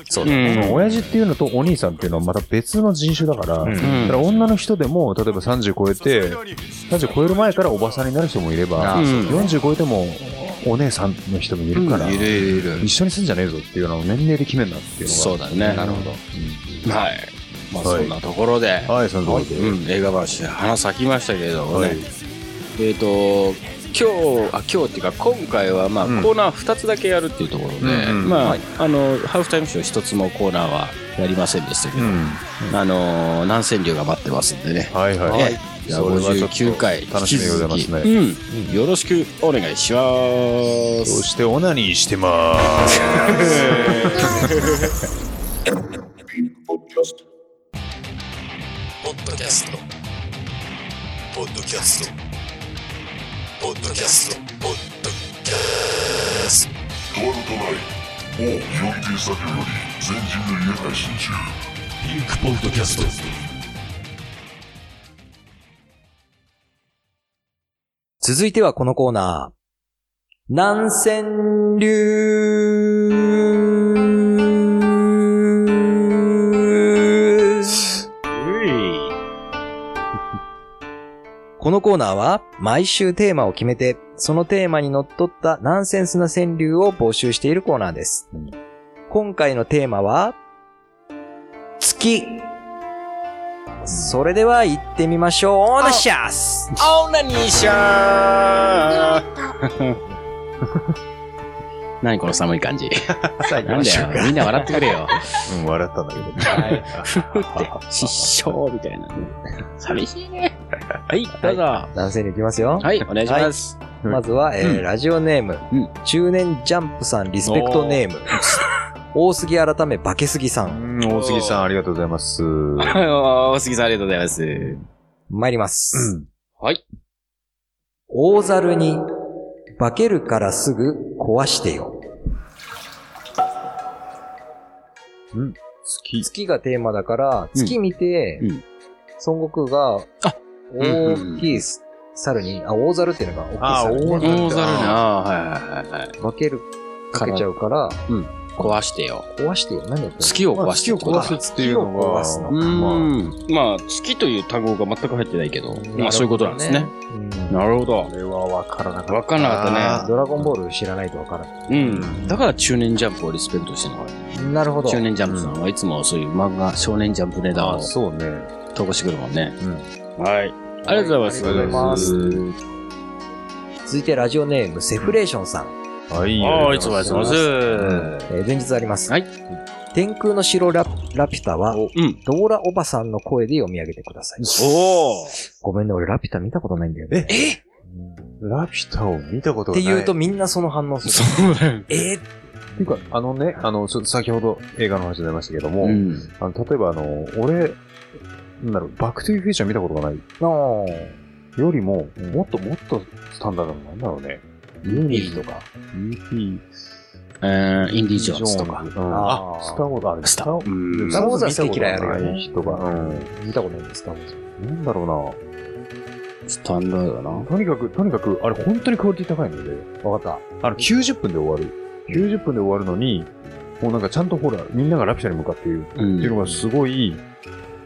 Speaker 5: そう
Speaker 3: う
Speaker 5: ね。
Speaker 4: その
Speaker 3: ん。
Speaker 4: 親父っていうのとお兄さんっていうのはまた別の人種だから、
Speaker 5: うん
Speaker 4: だから女の人でも、例えば30超えて、30超える前からおばさんになる人もいれば、
Speaker 3: うん
Speaker 4: 40超えてもお姉さんの人もいるから、
Speaker 3: るいるいる
Speaker 4: 一緒にすんじゃねえぞっていうのを年齢で決めるなっていうのが。
Speaker 3: そうだね。
Speaker 4: なるほど。
Speaker 3: はい。まあ
Speaker 4: はい
Speaker 3: そんなところで、
Speaker 4: はい、その通りで。
Speaker 3: うん、映画話、花咲きましたけれどもね。
Speaker 4: はい
Speaker 3: えっ、と、今日、あ、今日っていうか、今回はまあ、
Speaker 4: うん
Speaker 3: コーナー2つだけやるっていうところで、
Speaker 4: うんうん
Speaker 3: まあ、
Speaker 4: はい
Speaker 3: あの、ハーフタイムショー1つもコーナーはやりませんでしたけ
Speaker 4: う
Speaker 3: ど、
Speaker 4: ん。
Speaker 3: あの、南千流が待ってますんでね。
Speaker 4: はいはい。
Speaker 3: ねじゃあ
Speaker 4: それはちょっと
Speaker 3: 59回引
Speaker 4: 楽
Speaker 3: き
Speaker 4: しみでござ
Speaker 3: 続
Speaker 4: いま
Speaker 3: き、
Speaker 4: すね。
Speaker 3: うん、よろしくお願いしま
Speaker 4: そ
Speaker 3: す。
Speaker 4: してオナニーしてまーす。
Speaker 7: ポッドキャスト。ポッドキャスト。ポッドキャスト。ポッドキャスト。
Speaker 8: 変わるとないを4級作業より全人類へ配信中
Speaker 7: ピンクポッドキャスト。
Speaker 5: 続いてはこのコーナー。南千流このコーナーは毎週テーマを決めて、そのテーマにのっとったナンセンスな川柳を募集しているコーナーです。今回のテーマは、月。それでは行ってみましょう。オーナシャス
Speaker 3: オナニーシャー何この寒い感じ。なんだよ、みんな笑ってくれよ。
Speaker 4: うん、笑ったんだけど。
Speaker 3: ふって、失笑みたいなね。寂しいね。はい、どうぞ。
Speaker 5: 南千流行きますよ。
Speaker 3: はい、お願いします。
Speaker 5: まずは、えーラジオネーム、
Speaker 3: うん
Speaker 5: 中年ジャンプさんリスペクトネーム、大杉改め化けすぎさん、
Speaker 4: うん大杉さん、ありがとうございます。は
Speaker 3: はい、大杉さんありがとうございます。
Speaker 5: 参ります。
Speaker 3: はい。
Speaker 5: 大猿に、化けるからすぐ壊してよ。
Speaker 4: 月。
Speaker 5: 月がテーマだから、月見て、
Speaker 3: うん
Speaker 5: 孫悟空が、
Speaker 3: あ
Speaker 5: 大きい猿に、あ、大猿っていうのが大きい猿に、
Speaker 3: 大猿ね。あーはいはいはいはい。
Speaker 5: 化ける、化けちゃうから、
Speaker 3: 壊してよ。
Speaker 5: 壊してよ。何やってんの
Speaker 3: 月を
Speaker 4: まあ
Speaker 3: 壊して
Speaker 4: 月
Speaker 3: よ
Speaker 4: を。壊すっていうの
Speaker 5: 月を
Speaker 4: が、
Speaker 5: 壊すの
Speaker 3: うー
Speaker 4: まあ、
Speaker 3: ん。まあ、月という単語が全く入ってないけど、まあそういうことなんですね。。
Speaker 5: うん
Speaker 3: なるほど
Speaker 4: こ。れは分からなかった。
Speaker 3: わかんなかっ
Speaker 5: ドラゴンボール知らないとわから
Speaker 3: たね。うん。だから中年ジャンプをリスペクトしてるのかな。
Speaker 5: ん。なるほど。
Speaker 3: 中年ジャンプさんはいつもそういう漫画、少年ジャンプネタを
Speaker 4: あそうね。
Speaker 3: 投稿してくるもんね。
Speaker 4: うん
Speaker 3: はい。ありがとうございます。
Speaker 5: ありがとうございます
Speaker 3: うん
Speaker 5: 続いてラジオネームセフレーションさん、
Speaker 4: はい。
Speaker 3: ああ、
Speaker 4: あ
Speaker 3: い
Speaker 4: り
Speaker 3: つ
Speaker 4: がとう
Speaker 3: も
Speaker 4: ご
Speaker 3: あ
Speaker 4: ざ
Speaker 3: りがとうございます。
Speaker 5: えー前日あります、
Speaker 3: はい
Speaker 5: 天空の城ララピュタは
Speaker 3: うん。
Speaker 5: ドーラおばさんの声で読み上げてください
Speaker 3: おー
Speaker 5: ごめんね俺ラピュタ見たことないんだよねえっ
Speaker 4: ラピュタを見たこと
Speaker 5: っ
Speaker 4: がな
Speaker 5: て
Speaker 4: い。
Speaker 5: 言うと
Speaker 4: っ
Speaker 5: みんなその反応する
Speaker 3: そうだよね。
Speaker 5: えー
Speaker 4: ていうか、あのね、あの、ちょっと先ほど映画の話出ましたけども、
Speaker 3: うん。
Speaker 4: あの例えばあの、俺、なんだろう、バックトゥーフューチャー見たことがない。
Speaker 5: の
Speaker 4: よりも、もっともっとスタンダードな、なんだろうね。ユニーズとか、UT、
Speaker 3: えーインディ・ジョーンズとか。
Speaker 4: ジョーンズ。うんあ
Speaker 5: あ、ー
Speaker 4: スター・ウォーズ、あれ、
Speaker 3: スタ
Speaker 4: ウォー
Speaker 3: うん
Speaker 5: スターウォーズは好き嫌いあるよね
Speaker 4: 見たことない人が、
Speaker 5: 見たことないんですかう
Speaker 4: うん。なんだろ
Speaker 3: スタンダードだ
Speaker 4: うな。
Speaker 3: な。
Speaker 4: とにかく、とにかく、あれ、本当にクオリティ高いので。わかった。あの、90分で終わる。90分で終わるのに、もうなんかちゃんとほら、みんながラピュタに向かって言う
Speaker 3: う。
Speaker 4: っていうんのがすごい、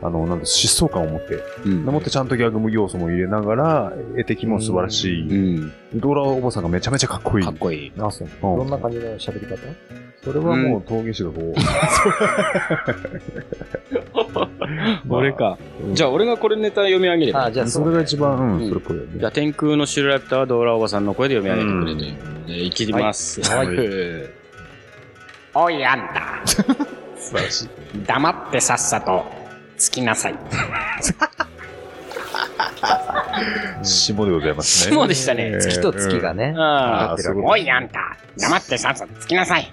Speaker 4: あの、なんだ、疾走感を持って、
Speaker 3: うん
Speaker 4: でもってちゃんとギャグも要素も入れながら、絵的も素晴らし
Speaker 3: う
Speaker 4: い。
Speaker 3: ん。
Speaker 4: ドラおばさんがめちゃめちゃかっこいい。
Speaker 3: かっこいい。
Speaker 5: ん。あ、そう。
Speaker 4: うん
Speaker 5: どんな感じの喋り方
Speaker 4: それはもう峠師がこう。
Speaker 3: 俺か。じゃあ俺がこれネタ読み上げれば。
Speaker 5: あ、じゃ
Speaker 4: ま
Speaker 5: あ
Speaker 4: あ。
Speaker 5: そ
Speaker 4: そうれが一番、うん、
Speaker 3: うん
Speaker 4: それっぽいよね
Speaker 3: じゃあ天空のシュルラピュタはドーラおばさんの声で読み上げてくれて。えー、いきます。
Speaker 4: はい
Speaker 3: はい
Speaker 9: おいあんた。黙ってさっさと、つきなさい。
Speaker 4: 霜でございますね。
Speaker 9: そうでしたね。
Speaker 5: 月と月がね。
Speaker 3: あ
Speaker 4: ああ、そういうこと
Speaker 9: おいあんた。黙ってさっさと、つきなさい。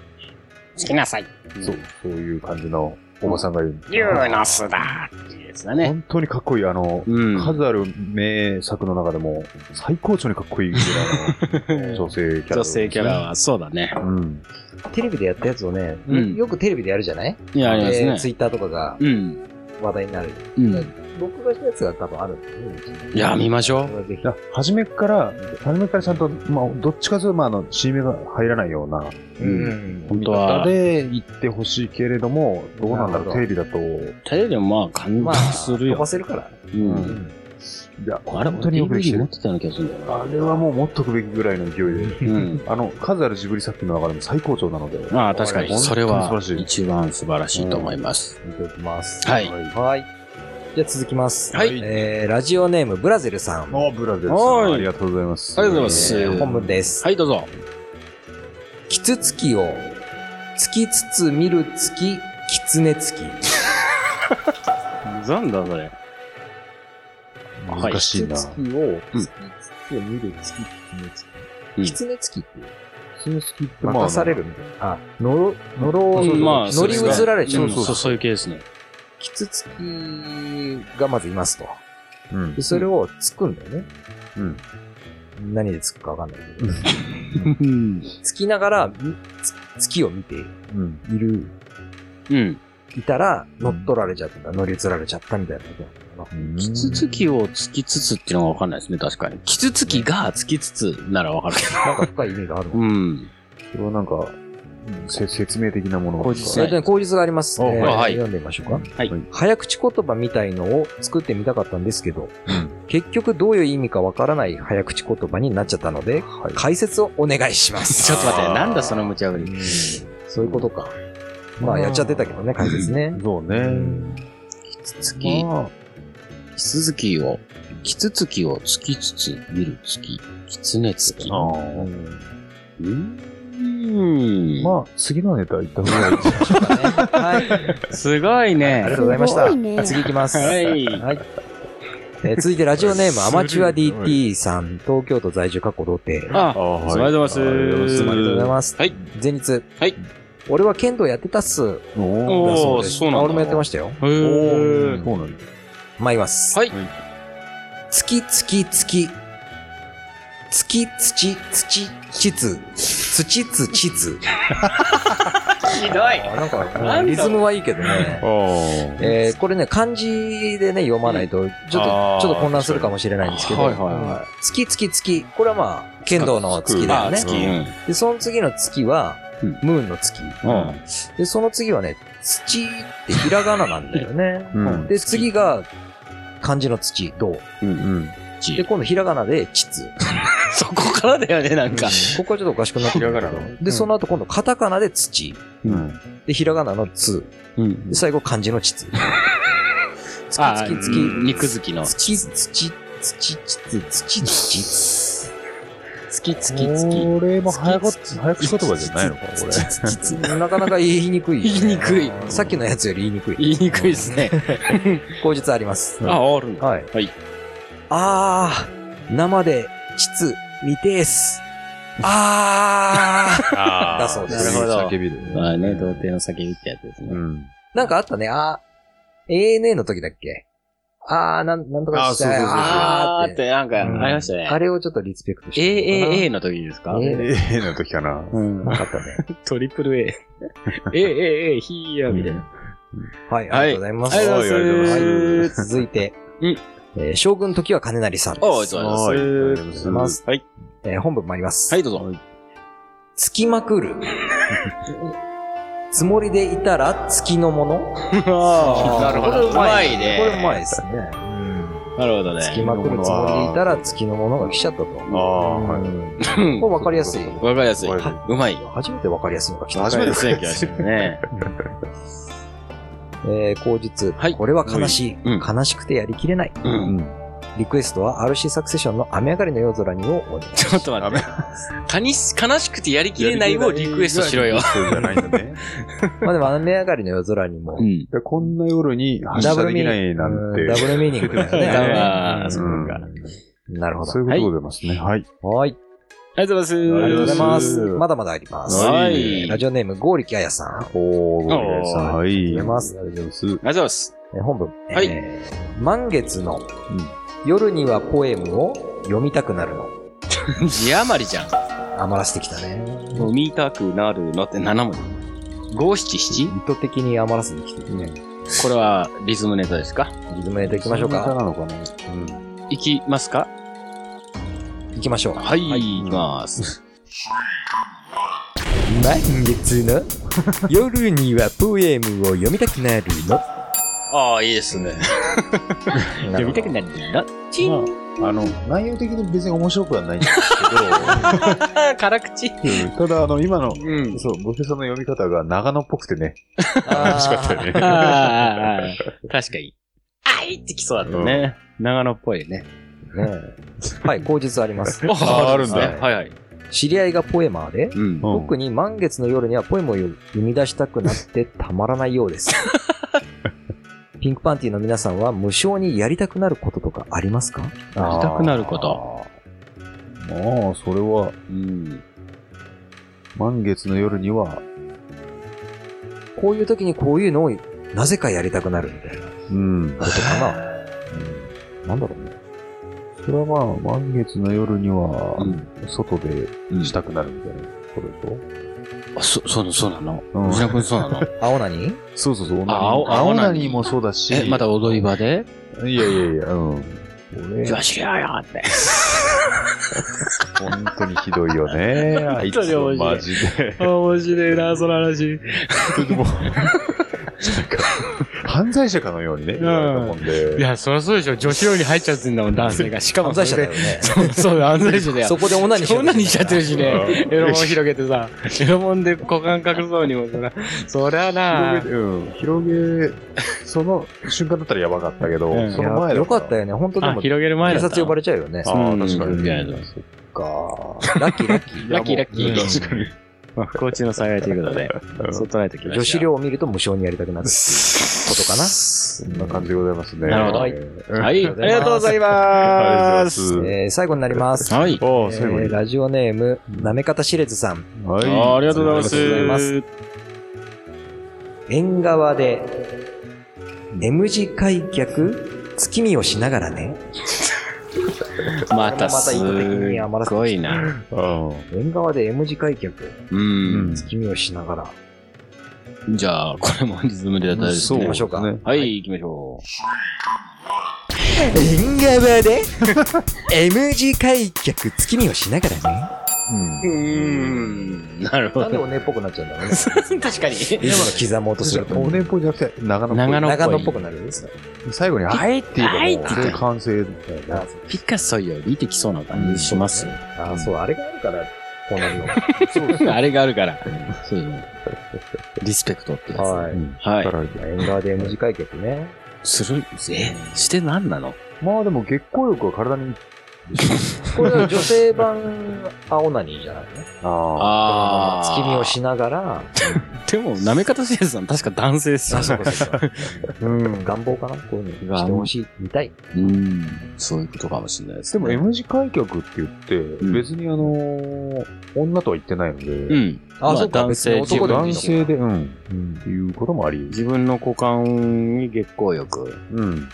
Speaker 9: つきなさい。
Speaker 4: そう、そういう感じのおばさんがいる。
Speaker 9: 竜の巣だ。
Speaker 3: あ、いいですだね。
Speaker 4: 本当にかっこいい。あの、
Speaker 3: うん。
Speaker 4: 数ある名作の中でも、最高潮にかっこいいぐらいの女性キャラ。
Speaker 3: 女性キャラ。は、そうだね。
Speaker 4: うん。
Speaker 5: テレビでやったやつをね、
Speaker 3: うん
Speaker 5: よくテレビでやるじゃない
Speaker 3: いや、ありますね。
Speaker 5: ツイッターとかが
Speaker 3: うん。
Speaker 5: 話題になる。
Speaker 3: うん。
Speaker 5: 録画したやつが多分あるんだよねうちに。
Speaker 3: いや、見ましょ
Speaker 5: こ
Speaker 3: う。
Speaker 5: れはぜひ。
Speaker 4: だ初めから、初めからちゃんと、まあ、どっちかというと、まあ、あの、C 目が入らないような、
Speaker 5: うん。
Speaker 3: 本
Speaker 4: 見
Speaker 3: 当は
Speaker 4: 方で行ってほしいけれども、どうなんだろう、
Speaker 5: な
Speaker 4: テ
Speaker 5: る
Speaker 4: レビだと。
Speaker 3: テレビでもまあ、感
Speaker 5: ま
Speaker 3: 動
Speaker 5: あ、
Speaker 3: する
Speaker 5: 飛ば
Speaker 3: よ。
Speaker 5: せるから。
Speaker 3: う。
Speaker 4: うんん。いや、
Speaker 3: あれ、
Speaker 4: 本当によくでき
Speaker 3: DVD
Speaker 4: て
Speaker 3: 持っ
Speaker 4: る。
Speaker 3: てたような気がするんだよな。
Speaker 4: あれはもう持っとくべきぐらいの勢いで。
Speaker 3: うん。
Speaker 4: あの、数あるジブリ作品の中でも最高潮なので。
Speaker 3: ああ、確か
Speaker 4: こ
Speaker 3: に。
Speaker 4: れ
Speaker 3: それは
Speaker 4: 本当に素晴らしい。
Speaker 3: 一番素晴らしいと思います。
Speaker 5: 見ておきます。
Speaker 3: はい。
Speaker 5: はい。じゃあ続きます。
Speaker 3: はい
Speaker 5: えー、ラジオネーム、ブラゼルさん。
Speaker 4: ああ、ブラゼルさ
Speaker 3: はい
Speaker 4: ん、ありがとうございます。
Speaker 3: ありがとうございます
Speaker 5: えー本文です。
Speaker 3: はい、どうぞ。
Speaker 5: キツツキを、つきつつ見るつき、キツネつき。
Speaker 3: なんだ、それ。はい
Speaker 4: 難しいな。
Speaker 5: キを、
Speaker 3: うん
Speaker 5: つきつつ見るつき、
Speaker 3: うん
Speaker 5: キツネつき。キツネつきって、
Speaker 4: その好きって
Speaker 5: 任され
Speaker 4: る。
Speaker 5: るみたいな。あ、呪、呪を、
Speaker 3: まあ、
Speaker 5: 乗り移られちゃう。
Speaker 3: そうそう、そういう系ですね。
Speaker 5: キツツキがまずいますと。
Speaker 4: うん
Speaker 5: で、。それをつくんだよね。
Speaker 4: うん。
Speaker 5: 何でつくかわかんないけど。
Speaker 3: うん。
Speaker 5: つきながら、つ月を見てい
Speaker 4: うん。
Speaker 5: る、
Speaker 3: うん。
Speaker 5: いたら、乗っ取られちゃった、乗り移られちゃったみたいなことなのかな。
Speaker 3: キツツキをつきつつっていうのがわかんないですね、確かに。キツツキがつきつつならわかるけど。
Speaker 5: なんか深い意味があるの
Speaker 3: うん。
Speaker 4: それはなんか、せ説明的なもの
Speaker 3: 口実
Speaker 5: それ
Speaker 3: ね
Speaker 5: とね、口実があります。
Speaker 4: お
Speaker 5: えー
Speaker 3: はい
Speaker 5: 読んでみましょうか。
Speaker 3: はい
Speaker 5: 早口言葉みたいのを作ってみたかったんですけど、結局どういう意味かわからない早口言葉になっちゃったので、解説をお願いします。
Speaker 3: ちょっと待って、なんだその無茶ぶり。
Speaker 5: そういうことか。まあ、やっちゃってたけどね、解説ね。
Speaker 4: そうね。
Speaker 3: キツツキ、キツツキを、キツツキをつきつつ見るつき、キツネつき。
Speaker 4: あ
Speaker 3: うーん。
Speaker 4: まあ、次のネタ行った方がいい。
Speaker 5: はい。あり
Speaker 3: すごい
Speaker 5: が
Speaker 3: ね。
Speaker 5: とうございまし
Speaker 1: すごい
Speaker 5: た。
Speaker 1: ね
Speaker 5: 次行きます。
Speaker 3: はい。
Speaker 5: はい。えー続いてラジオネームアマチュア DT さん、東京都在住過去童貞。
Speaker 3: あ、
Speaker 4: ああ
Speaker 3: おめでとうございます
Speaker 5: ありがとうございます。
Speaker 3: はい。
Speaker 5: 前日。
Speaker 3: はい。
Speaker 5: 俺は剣道やってたっす。
Speaker 4: おー
Speaker 5: だ
Speaker 3: おー、
Speaker 5: です
Speaker 3: そうなんだ。
Speaker 5: あ俺もやってましたよ。
Speaker 3: へー
Speaker 4: そうなんだ。
Speaker 5: 参ります。
Speaker 3: はい。
Speaker 5: 月月月。月土土地図。土土地図。
Speaker 9: ひどい。
Speaker 5: あなん
Speaker 3: な
Speaker 5: か、
Speaker 3: んだ
Speaker 5: リズムはいいけ どね。
Speaker 4: あ
Speaker 5: えーこれね、漢字でね、読まないと、ちょっと
Speaker 4: あー、
Speaker 5: ちょっと混乱するかもしれないんですけど、
Speaker 3: はいはいは
Speaker 5: 月月月。これはまあ、剣道の月だよ
Speaker 3: あ、
Speaker 5: ね。
Speaker 3: 月。うん。
Speaker 5: で、その次の月は
Speaker 3: うん、
Speaker 5: ムーンの月。
Speaker 3: うん
Speaker 5: で、その次はね、土ってひらがななんだよね。
Speaker 4: あ。うん。
Speaker 5: で、次が、漢字の土、銅。
Speaker 4: うん。
Speaker 5: で、今度ひらがなで、膣。
Speaker 3: そこからだよね、なんか。
Speaker 5: ここはちょっとおかしくなってるんだけど
Speaker 4: ひらがなの
Speaker 5: で、その後今度カタカナで土。
Speaker 4: うん。
Speaker 5: で、ひらがなのつ。
Speaker 3: うん
Speaker 5: で、。最後漢字の膣。月
Speaker 3: あ、
Speaker 5: 月月。
Speaker 3: 肉付きの。
Speaker 5: 月土、土、土、土、土。
Speaker 3: 月月月。
Speaker 4: これも早く、早口言葉じゃないのか、これ。
Speaker 5: なかなか言いにくい。
Speaker 3: 言いにくい。
Speaker 5: さっきのやつより言いにくい。
Speaker 3: 言いにくいですね。
Speaker 5: 口実あります。
Speaker 3: あ、あるんだ。
Speaker 5: はい。
Speaker 3: はい。
Speaker 5: あー、生で、膣、見てーす。あ ー。
Speaker 4: あ
Speaker 5: だそうです
Speaker 3: なるほど
Speaker 4: 叫びでね。
Speaker 3: まあね、童貞の叫びってやつです
Speaker 4: う
Speaker 3: ね。
Speaker 4: ん。
Speaker 5: なんかあったね、あー。ANA の時だっけあー、なん、なんとかしたい。
Speaker 4: あーそうそうそうそう
Speaker 5: あ
Speaker 3: あ
Speaker 5: ー
Speaker 3: ーっ
Speaker 5: っ。
Speaker 3: てて、なんか、あ
Speaker 5: うん
Speaker 3: りましたね
Speaker 5: あ。れをちょっとリスペクトしてるのかな。
Speaker 3: AAA の時ですか
Speaker 5: A
Speaker 4: ええの時かな。
Speaker 3: うん。
Speaker 5: なかったね。
Speaker 3: トリプル A。AAA、ヒーヤーみたいな。
Speaker 5: はい、ありがとうございます。
Speaker 3: ありがとうございます
Speaker 5: はい続いて
Speaker 3: うん、
Speaker 5: えー将軍時は金成さんです。
Speaker 3: おーありがとうございます
Speaker 4: はいありがとうご
Speaker 5: ありがと
Speaker 4: ざいう
Speaker 5: ございま
Speaker 4: ますす。
Speaker 3: はい。
Speaker 5: えー本文参ります。
Speaker 3: はい、どうぞ。
Speaker 5: つきまくる。 つもりでいたら月のもの
Speaker 3: な
Speaker 5: これうまいね。これうまい
Speaker 3: い。
Speaker 5: ですね。
Speaker 3: なるほど
Speaker 5: つき
Speaker 3: ね。
Speaker 5: まくるつもりでいたら月のものが来ちゃったと。
Speaker 4: ああ、はい。
Speaker 3: うん
Speaker 5: これわかりやすい。
Speaker 3: わかりやすい。
Speaker 4: わかり
Speaker 3: うまい。
Speaker 5: 初めてわかりやすいのが来た。
Speaker 4: 初めて
Speaker 3: すね、来ましたね。
Speaker 5: えー、口実、
Speaker 3: はい
Speaker 5: これは悲しい、
Speaker 3: うん
Speaker 5: 悲しくてやりきれない。
Speaker 3: うん。
Speaker 5: リクエストは RC サクセションの雨上がりの夜空にをお願いします
Speaker 3: ち ょっと待って。かにし悲しくてやりきれないをリクエストしろよ
Speaker 4: リ。クエストじゃないんだ ね。
Speaker 5: まあでも雨上がりの夜空にも、
Speaker 3: ん。
Speaker 4: でこんな夜に発射できないなん
Speaker 5: うんダ
Speaker 4: て。
Speaker 5: ブルミーニングだ
Speaker 3: だか
Speaker 5: よね。
Speaker 3: ら、そううんか。あ
Speaker 5: なるほど
Speaker 4: そう。いうことでございますね。はい。
Speaker 5: はい。
Speaker 3: りがとうございます。
Speaker 5: ありがとうございます。
Speaker 4: はい
Speaker 5: まだまだあります。
Speaker 3: はい。ありが
Speaker 5: ラ
Speaker 3: とう
Speaker 5: ジオネーム、ゴーリキアヤさん。
Speaker 4: おー、ごめんなさい。
Speaker 3: お
Speaker 4: はい。あ
Speaker 5: がと
Speaker 4: り
Speaker 5: うございます
Speaker 4: ありがとうございます。
Speaker 3: ございます。
Speaker 5: えー本文。
Speaker 3: はい
Speaker 5: えー満月の、夜にはポエムを読みたくなるの。
Speaker 3: 字余りじゃん。
Speaker 5: 余らせてきたね。
Speaker 3: 飲みたくなるのって7文字。五七七
Speaker 5: 意図的に余らせてきてるね。
Speaker 3: これはリズムネタですか
Speaker 5: リズムネタいきましょう
Speaker 4: そん
Speaker 5: か。
Speaker 4: なネタなのかなうん。
Speaker 3: いきますか
Speaker 5: いきましょう。
Speaker 3: はい、いきます。
Speaker 5: 満月の 夜にはポエムを読みたくなるの。
Speaker 3: ああ、いいですね。読みたくなるんだ。チン
Speaker 4: あの、内容的に別に面白くはないんです
Speaker 3: 辛口。
Speaker 4: けど、ただ、あの、今の、
Speaker 3: うん。
Speaker 4: そう、ボケさんの読み方が長野っぽくてね、
Speaker 5: あ
Speaker 4: 楽しかった
Speaker 5: ー
Speaker 3: あー
Speaker 4: よね。
Speaker 3: あーあー、確かに。あいってきそうだ ったね。長野っぽいね。
Speaker 5: ねえはい、口実あります。
Speaker 4: あーあるんだ
Speaker 3: はいはい。
Speaker 5: 知り合いがポエマーで、
Speaker 3: うん。
Speaker 4: うん
Speaker 5: 特に満月の夜にはポエムを生み出したくなってたまらないようです。ピンクパンティーの皆さんは無償にやりたくなることとかありますか
Speaker 3: やりたくなること。
Speaker 4: まあ、それは、
Speaker 3: うん。
Speaker 4: 満月の夜には、
Speaker 5: こういう時にこういうのをなぜかやりたくなるみたいなこ
Speaker 4: うん。
Speaker 5: とかな。なんだろうね。
Speaker 4: それはまあ、満月の夜には
Speaker 3: うん、
Speaker 4: 外で
Speaker 3: うん
Speaker 4: したくなるみたいなことで
Speaker 3: あ、
Speaker 4: し
Speaker 3: そ、そう、そうなの
Speaker 4: うん
Speaker 3: 藤田くんそうなの
Speaker 5: 青なに
Speaker 4: ょそうそうそう。
Speaker 3: あ青
Speaker 4: 青
Speaker 3: 青
Speaker 4: な
Speaker 3: 波
Speaker 4: にもそうだし、
Speaker 3: え、まだ踊り場 で
Speaker 4: いやいやいや、うん。
Speaker 3: よしよよって。
Speaker 4: 本当にひどいよ ね。あいつ、マジで。
Speaker 3: 面白いな、その話。
Speaker 4: 犯罪者かのようにね、言われたもん
Speaker 3: い
Speaker 4: で。
Speaker 3: や、そりゃそうでしょ。女子寮に入っちゃってんだもん、男性が。しかも
Speaker 5: 犯
Speaker 3: そ
Speaker 5: 罪
Speaker 3: れ
Speaker 5: 者だよ
Speaker 3: で。
Speaker 5: ね。
Speaker 3: そう、そう、犯罪者だよ
Speaker 5: そ。こで女に
Speaker 3: そんなにしちゃってるしね
Speaker 4: う。ん
Speaker 3: エロ本広げてさ。エロ本で股間隠そうにもそら。そりゃな
Speaker 4: 広げ、うん、広げ、その瞬間だったらやばかったけど、
Speaker 3: うん
Speaker 4: その前だ
Speaker 5: よかったよね。本当で
Speaker 3: あ、
Speaker 5: も、警
Speaker 3: 広げる前だった。
Speaker 5: 察呼ばれちゃうよね。
Speaker 4: ああ、
Speaker 3: うん
Speaker 4: 確かに。
Speaker 3: 広げない
Speaker 4: そっ
Speaker 5: ラッキーラッキー。
Speaker 4: か
Speaker 3: ラッキーラッキー
Speaker 4: いやもう確かに。
Speaker 3: コーチの幸いということ で。
Speaker 4: うん
Speaker 3: そう捉えてきました。
Speaker 5: 女子寮を見ると無償にやりたくなる。ことかな
Speaker 4: そんな感じでございますね。
Speaker 3: なるほど
Speaker 4: はい。
Speaker 3: はい、ありがとうござい
Speaker 4: ありがとうござい
Speaker 3: ま。
Speaker 4: ますす。
Speaker 5: えー最後になります。
Speaker 3: はい。
Speaker 4: ああ、
Speaker 5: え
Speaker 4: 最後
Speaker 5: ー
Speaker 4: に。
Speaker 5: ラジオネーム、なめ方しれずさん。
Speaker 4: は
Speaker 3: あありがとうご
Speaker 5: あり
Speaker 3: ざ
Speaker 5: がと
Speaker 3: いうま
Speaker 5: ご
Speaker 3: す。
Speaker 5: 縁側で M 字開脚月見をしながらね
Speaker 3: また
Speaker 5: これ
Speaker 3: す
Speaker 5: もまた意図的に余ら
Speaker 3: っ
Speaker 5: せて
Speaker 3: ごいな。
Speaker 4: い。
Speaker 5: 縁側で M 字開脚
Speaker 3: うん。
Speaker 5: 月見をしながら
Speaker 3: じゃあ、これもリズムでやったらです
Speaker 4: そう
Speaker 3: ね
Speaker 5: 行きましょうか
Speaker 4: ね
Speaker 3: はい、行きましょ
Speaker 5: 縁側 で M 字開脚月見をしながら
Speaker 3: う。うーん。なる
Speaker 5: ね
Speaker 3: ほ
Speaker 5: なんで
Speaker 3: ど。
Speaker 5: おねっぽくなっちゃうんだろうね
Speaker 3: 確かに。
Speaker 5: リズム刻もうとすると
Speaker 4: おねっぽいじゃなくて、長野っぽい
Speaker 3: 長野
Speaker 5: 長野っぽくなる
Speaker 4: 最後に、はいって言えばもう、それ完成だよね。
Speaker 3: ピカソよりできそうな感じします。
Speaker 5: ああそうあれがあるからこうなる の
Speaker 3: あれがあるから。そうねリスペクトってやつ。
Speaker 5: は
Speaker 3: は
Speaker 5: い
Speaker 3: い。
Speaker 4: はい
Speaker 5: 縁側で M 字開脚ね
Speaker 3: する、え、して何なの
Speaker 4: まあでも月光浴は体にいい。
Speaker 5: これは女性版青ナニーじゃないの
Speaker 4: あ
Speaker 3: あ
Speaker 5: 月見をしながら
Speaker 3: でも、なめ方しずさん確か男性っすよ
Speaker 5: あ、
Speaker 3: ね
Speaker 5: そうかそうか。 うん、願望かなこういうのしてほしい、見たい。
Speaker 3: うん。そういうことかもしれないです
Speaker 4: で
Speaker 3: ね。
Speaker 4: も M 字開脚って言って、
Speaker 3: ん
Speaker 4: 別にあのー女とは言ってないので、
Speaker 3: うん。
Speaker 5: あ、
Speaker 3: まあ
Speaker 5: そうか、
Speaker 3: 男
Speaker 5: 別に
Speaker 3: 性
Speaker 5: 男でもいい
Speaker 4: 男
Speaker 5: のか
Speaker 4: 性で、うん、うん、っていうこともあり得
Speaker 3: 自分の股間に月光浴
Speaker 4: る。うん。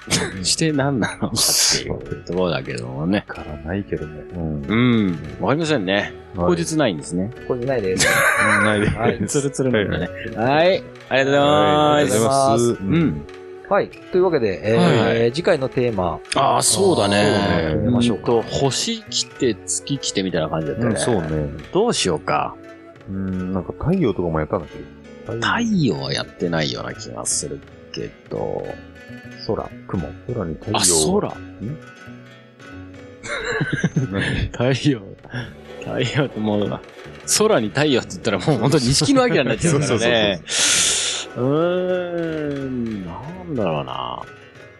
Speaker 3: して何なのかっていうところだけどもね。
Speaker 4: からないけども。うん。
Speaker 3: うん。わかりませんね。
Speaker 4: はい
Speaker 3: 口実ないんですね。
Speaker 5: これない です。
Speaker 4: うんないです。
Speaker 5: はい
Speaker 3: ツルツル
Speaker 4: な
Speaker 3: なんん
Speaker 4: で
Speaker 3: でね。はい。ありがとうござい
Speaker 4: は
Speaker 3: ま
Speaker 4: いあり
Speaker 3: す。
Speaker 4: がとうございます。う。
Speaker 3: うんん。
Speaker 5: はい。というわけで、えー次回のテーマ、
Speaker 3: ああ、そうだ
Speaker 4: そうだ
Speaker 3: ね。
Speaker 4: ね
Speaker 3: 見ましょうか。うんと星来て月来てみたいな感じだった
Speaker 4: う
Speaker 3: よ
Speaker 4: ん、
Speaker 3: ね。
Speaker 4: そうね。
Speaker 3: どうしようか。
Speaker 4: うん、なんか太陽とかもやったんだけど。
Speaker 3: 太陽はやってないような気がするけど。
Speaker 4: 空、雲。空に太陽。
Speaker 3: あ、空。
Speaker 4: ね
Speaker 3: 太陽。太陽ってもう、空に太陽って言ったらもう本当に錦の明になっちゃうから
Speaker 4: そうそう
Speaker 3: ね。うーん、なんだろうな。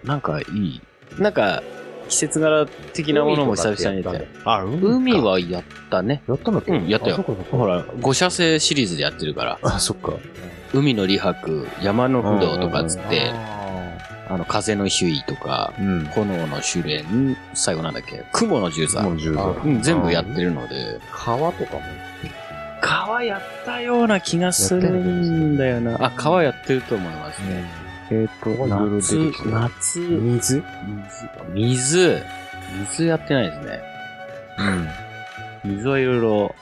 Speaker 3: なんかいい。なんか、季節柄的なものも久々にやって。
Speaker 4: あ、海
Speaker 3: 海はやったね。
Speaker 4: やったんだっけ
Speaker 3: うんやったよ
Speaker 4: あそかそっか
Speaker 3: ほら、五社制シリーズでやってるから、
Speaker 4: あ、そっか。
Speaker 3: 海の利白、山の不動とかっつっ
Speaker 4: うん
Speaker 3: て、あの、風の周囲とか、
Speaker 4: うん。
Speaker 3: 炎の修練、最後なんだっけ、雲の十
Speaker 4: も
Speaker 3: 三
Speaker 4: う十
Speaker 5: あ
Speaker 4: 度。
Speaker 3: うん、全部やってるので、
Speaker 5: 川とかも。
Speaker 3: 川やったような気がするんだよな。あ、川やってると思いますね。
Speaker 4: えっと、いろいろ
Speaker 3: 夏
Speaker 4: 出てき、てる。
Speaker 3: 夏、水、
Speaker 5: 水
Speaker 3: 水、水やってないですね。水はいろいろ、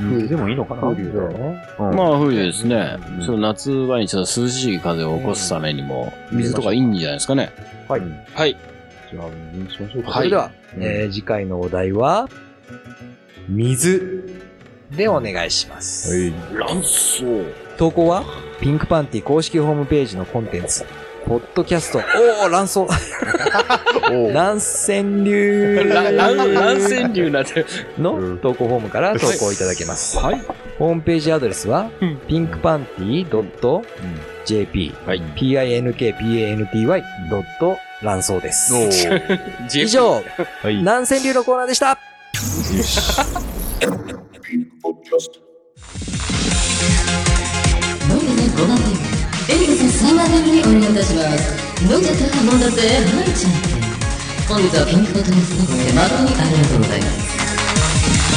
Speaker 4: うん。でもいいのかな
Speaker 5: 風だよね
Speaker 4: うん
Speaker 3: まあ冬ですね
Speaker 4: う。ん
Speaker 3: その夏場にちょっと涼しい風を起こすためにも、水とかいいんじゃないですかね。
Speaker 5: はい
Speaker 4: うん
Speaker 3: はい。
Speaker 4: じゃあ、水にしましょうか。
Speaker 3: はい
Speaker 5: それでは、
Speaker 4: うん
Speaker 5: えー次回のお題は、水でお願いします。
Speaker 3: 卵巣。
Speaker 5: 投稿は、ピンクパンティ公式ホームページのコンテンツ、ポッドキャスト、 おお卵巣 卵川流
Speaker 3: 卵線流なんて。
Speaker 5: の投稿フォームから投稿いただけます。ホームページアドレスは、pinkpanty.jp、
Speaker 3: はい
Speaker 5: pinkpanty. 卵巣です。以上、
Speaker 4: はい。
Speaker 5: 南川流のコーナーでした
Speaker 10: 飲んでね5番手エリカさん3番手にお願いいたします飲んじゃったら飲んだぜはいちゃん本日はピンクボトルスナック誠にありがとうございます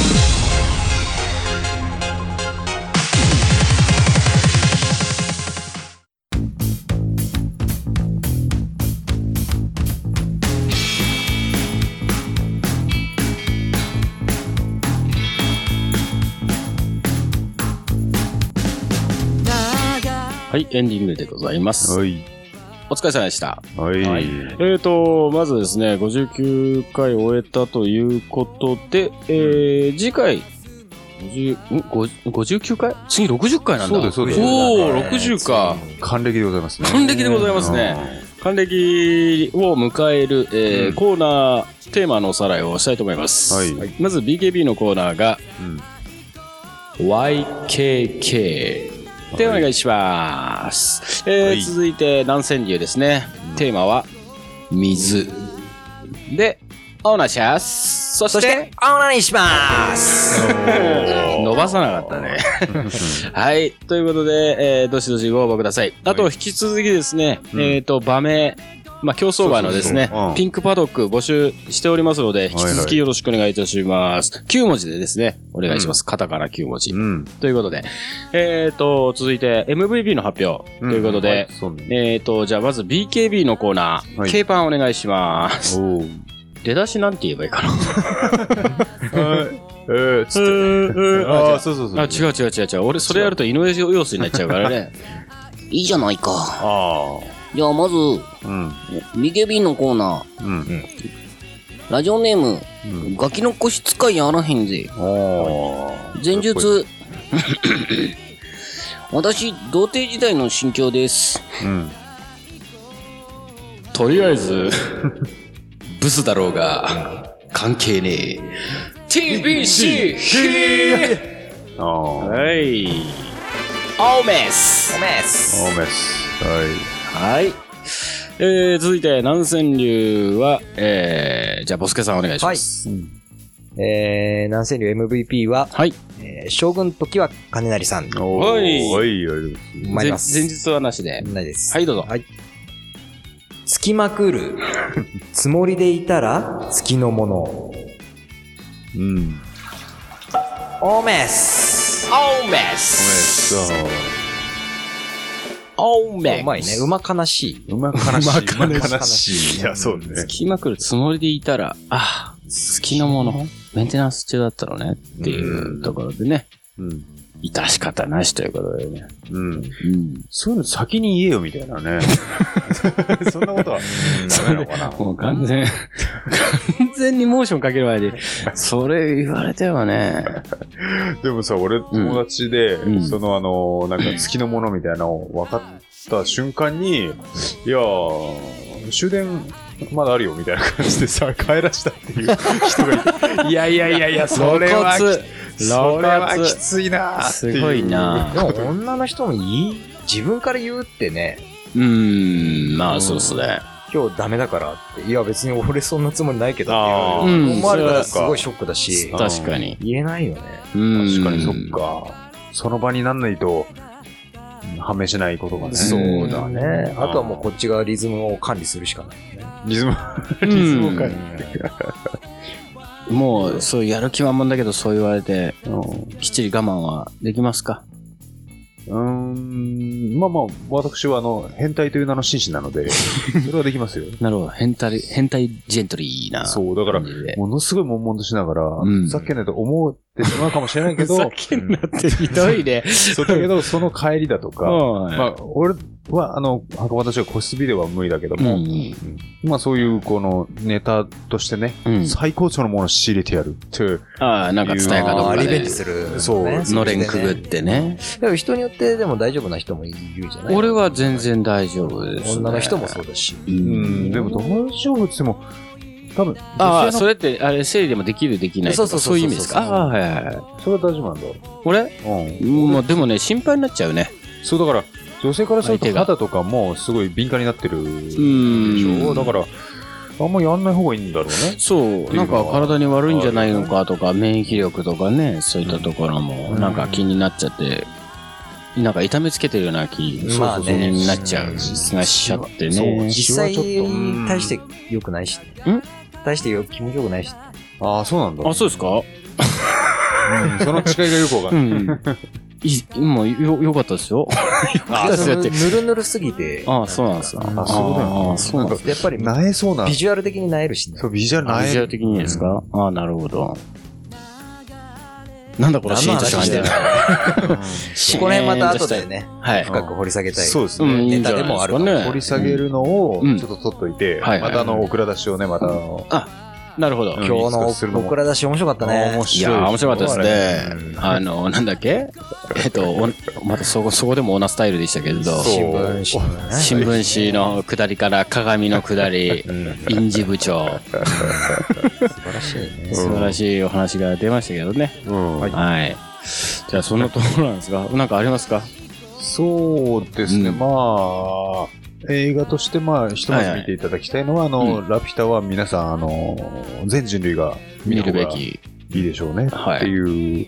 Speaker 3: はい、エンディングでございます。
Speaker 4: はい。
Speaker 3: お疲れ様でした。
Speaker 4: は
Speaker 3: はいい。えーと、まずですね、59回終えたということで、えー、次回、50ん50 59回次60回なんだ。
Speaker 4: そうですそうです
Speaker 3: おー、60か。
Speaker 4: 還暦でございますね。
Speaker 3: 還暦でございますね。還暦を迎える、えー
Speaker 4: うん
Speaker 3: コーナー、テーマのおさらいをしたいと思います。
Speaker 4: はい
Speaker 3: まず BKB のコーナーが、
Speaker 4: うん。
Speaker 3: YKK でお願いします、えー
Speaker 4: はい
Speaker 3: 続いて南川流ですね、テーマは水でオーナーシャスそして
Speaker 5: そして、オーナーにします
Speaker 3: 伸ばさなかった ねはいということで、えーどしどしご応募くださいあと
Speaker 4: は
Speaker 3: 引き続きですね、
Speaker 4: うん
Speaker 3: えっ、と場名まあ、競走馬のですね
Speaker 4: そうそうそううん
Speaker 3: ピンクパドック募集しておりますので、引き
Speaker 4: はい
Speaker 3: 続
Speaker 4: は
Speaker 3: き
Speaker 4: い
Speaker 3: よろしくお願いいたします。9文字でですね、お願いします。カタカナ9文字。
Speaker 4: うん。
Speaker 3: ということで、えー、と、続いて MVP の発表ということで、
Speaker 4: はい、そうね。
Speaker 3: えー、と、じゃあまず BKB のコーナー、
Speaker 4: はい
Speaker 3: K パンお願いします。
Speaker 4: おう。
Speaker 3: 出だしなんて言えばいいかな。
Speaker 4: えー、つって。ああ、そうそうそ う。
Speaker 3: あ、違う違う違う違う。俺それやると井上陽水になっちゃうからね。
Speaker 2: いいじゃないか。
Speaker 4: あ
Speaker 2: じゃあまず、
Speaker 4: あ。うん。
Speaker 2: ビケビンのコーナー、
Speaker 4: うん。
Speaker 2: ラジオネーム、
Speaker 4: うん。
Speaker 2: ガキの腰使いやあらへんぜ。
Speaker 4: お
Speaker 2: 前述、私、童貞時代の心境です。
Speaker 4: うん。
Speaker 3: とりあえ ず、ブスだろうが、関係ねえ。TBC!
Speaker 4: ああ。はい。
Speaker 3: はい。オーメス
Speaker 4: オーメス。はい。
Speaker 3: はい。えー、続いて、南川流は、えー、じゃあ、ボスケさんお願いし
Speaker 5: は
Speaker 3: ま
Speaker 5: い
Speaker 3: す。。
Speaker 5: えー、南千流 MVP は、
Speaker 3: はい
Speaker 5: えー将軍時は金成さん。
Speaker 4: お
Speaker 3: は
Speaker 4: ー
Speaker 3: い
Speaker 4: はい、ありがとうございます。
Speaker 5: 参りま
Speaker 3: 前
Speaker 5: す。
Speaker 3: 前日はなしで。
Speaker 5: ないです。
Speaker 3: はい、どうぞ。
Speaker 5: つきまくる。つもりでいたら、月のもの。
Speaker 4: うん。
Speaker 5: オーメス
Speaker 3: オーメス
Speaker 4: おめでとう
Speaker 3: オーメス
Speaker 5: うまいね。馬悲しい。
Speaker 4: 馬悲しい。
Speaker 3: 馬悲しい
Speaker 4: 馬悲しい。いや、そうね。
Speaker 3: つきまくるつもりでいたら、ああ、好きなもの、メンテナンス中だったのねっていうところでね、
Speaker 4: うん。
Speaker 3: 致し方なしということでね。
Speaker 4: うん。
Speaker 3: うん。
Speaker 4: そういうの先に言えよ、みたいな ね。そんなことは、ダメなのかな。
Speaker 3: もう完全、完全にモーションかける前に、それ言われてはね、
Speaker 4: でもさ、俺、友達で、
Speaker 3: うん
Speaker 4: その、あの、なんか、月のものみたいなのを分かった瞬間に、いやー、終電、まだあるよ、みたいな感じでさ、帰らしたっていう人がいて、いやいやいやいや、それはき、それはきついなーっていう。
Speaker 3: すごいな
Speaker 5: でも女の人もいい自分から言うってね、
Speaker 3: うーん、まあそうっすね。
Speaker 5: 今日ダメだからって、いや別に俺そんなつもりないけどって
Speaker 3: あー
Speaker 5: いう
Speaker 3: うん
Speaker 5: 思われたらす
Speaker 4: それは
Speaker 5: ごいショックだし、
Speaker 3: 確かに。
Speaker 5: 言えないよね。
Speaker 3: 確
Speaker 4: 確かに、そっ。か。その場になんないと、判明しないことがね。
Speaker 5: そうだね。
Speaker 4: うん
Speaker 5: あとはもうこっちがリズムを管理するしかないよね。
Speaker 4: リズム、
Speaker 3: うん
Speaker 4: リズムを変える
Speaker 3: もう、そう、やる気は満々だけど、そう言われて、うんきっちり我慢はできますか
Speaker 4: うーん、まあまあ、私はあの、変態という名の紳士なの で、それはできますよ。
Speaker 3: なるほど。変態、変態ジェントリーな。
Speaker 4: そう、だから、
Speaker 3: 感じで。
Speaker 4: ものすごい悶々としながら、
Speaker 3: ん
Speaker 4: ふざけんないと思ってしまうかもしれないけど、
Speaker 3: なってひどいね。
Speaker 4: そうだけど、その帰りだとか、
Speaker 3: はい
Speaker 4: まあ、俺は、あの、運ばとしては個室ビデオは無理だけど
Speaker 3: う
Speaker 4: も、
Speaker 3: ん。
Speaker 4: まあそういう、この、ネタとしてね、
Speaker 3: うん。
Speaker 4: 最高潮のものを仕入れてやるっていう、
Speaker 3: ああ、なんか伝え方
Speaker 4: あ
Speaker 3: とか
Speaker 4: ー
Speaker 5: リベ
Speaker 3: で
Speaker 5: ンジ。する。
Speaker 4: そう
Speaker 5: ね
Speaker 3: のれんくぐってね。
Speaker 5: でも人によってでも大丈夫な人もいるじゃない
Speaker 3: 俺は全然大丈夫です、
Speaker 5: 女の人も
Speaker 3: う。
Speaker 5: そうだし。
Speaker 3: う
Speaker 4: うんん、でも大丈夫って言っても、多分、
Speaker 3: あ
Speaker 4: 女
Speaker 3: あ、
Speaker 4: 性
Speaker 3: それって、あれ、生理でもできる、できないとか。
Speaker 5: そ
Speaker 3: そ
Speaker 5: うそううそうそう
Speaker 3: いう意味ですか。ああ、はいはいはい。
Speaker 4: のそれは大丈夫なんだ。
Speaker 3: 俺
Speaker 4: うん。
Speaker 3: もう、でもね、心配になっちゃうね。
Speaker 4: そうだから、女性からすると
Speaker 3: 相手が
Speaker 4: 肌とかもすごい敏感になってるでし
Speaker 3: ん
Speaker 4: ょだから、あんまりやんない方がいいんだろうね。
Speaker 3: そう、なんか体に悪いんじゃないのかとか、免疫力とかね、そういったところも、
Speaker 4: うん
Speaker 3: なんか気になっちゃって、なんか痛めつけてるような気
Speaker 5: まあね
Speaker 3: になっちゃう気がしちゃってね。
Speaker 5: 実際
Speaker 4: シワちょっとうん
Speaker 5: 大して良くないし。
Speaker 3: ん
Speaker 5: 大してよ気持ちよくないし。
Speaker 4: ああ、そうなんだ。
Speaker 3: あ、そうですか
Speaker 4: うんその違いがよくわか
Speaker 3: う
Speaker 4: る。
Speaker 3: ん。いい、もうよ、よかったですよ。
Speaker 5: あ
Speaker 3: そうやって
Speaker 5: ぬるぬるすぎて、
Speaker 3: ああ、そうなんですか。
Speaker 4: あそうだよね
Speaker 3: ああそうなんです
Speaker 5: やっぱり
Speaker 4: なえそうな
Speaker 5: ビ。ジュアル的になえるしね。
Speaker 4: そう、ビジュアル
Speaker 3: か。
Speaker 4: な
Speaker 3: ビジュアル
Speaker 4: え。
Speaker 3: 的にですかああ、なるほど。なんだこのシーンとした感じだよね。シーン
Speaker 5: この辺また後
Speaker 3: とした
Speaker 5: で。ね、
Speaker 3: はい。
Speaker 5: 深く掘り下げたい。
Speaker 4: そうです
Speaker 3: う
Speaker 4: ね。
Speaker 3: ん、いいんじゃない
Speaker 5: ネタでもあるか
Speaker 3: ですかね。
Speaker 4: 掘り下げるのを
Speaker 3: うん
Speaker 4: ちょっと取っといて、
Speaker 3: はい
Speaker 4: またあの、オクラ出しをね、またあの、
Speaker 3: なるほど。
Speaker 4: うん
Speaker 5: 今
Speaker 4: いつか
Speaker 5: 日
Speaker 4: する
Speaker 5: の
Speaker 4: のも
Speaker 5: 僕らだし面白かったね。
Speaker 3: いやー面白かったですね。
Speaker 4: うん
Speaker 3: あの、なんだっ けえっと、おまたそこ、そこでもオナスタイルでしたけれど、
Speaker 4: そう
Speaker 5: 新聞紙のね
Speaker 3: 新聞紙の下りから鏡の下り、 臨時部長、
Speaker 5: 素晴らしいね。
Speaker 3: 素晴らしいお話が出ましたけどね。
Speaker 4: うん
Speaker 3: はい。じゃあ、そんなところなん ですが、なんかありますか
Speaker 4: そうですね、
Speaker 3: うん
Speaker 4: まあ、映画として、まあ、ひとまず見ていただきたいのは、
Speaker 3: い
Speaker 4: あの、ラピュタは皆さん、あの、全人類が見
Speaker 3: 見
Speaker 4: る
Speaker 3: る
Speaker 4: べ
Speaker 3: べ
Speaker 4: きい
Speaker 3: き。
Speaker 4: いでしょうね、
Speaker 3: はい
Speaker 4: っていう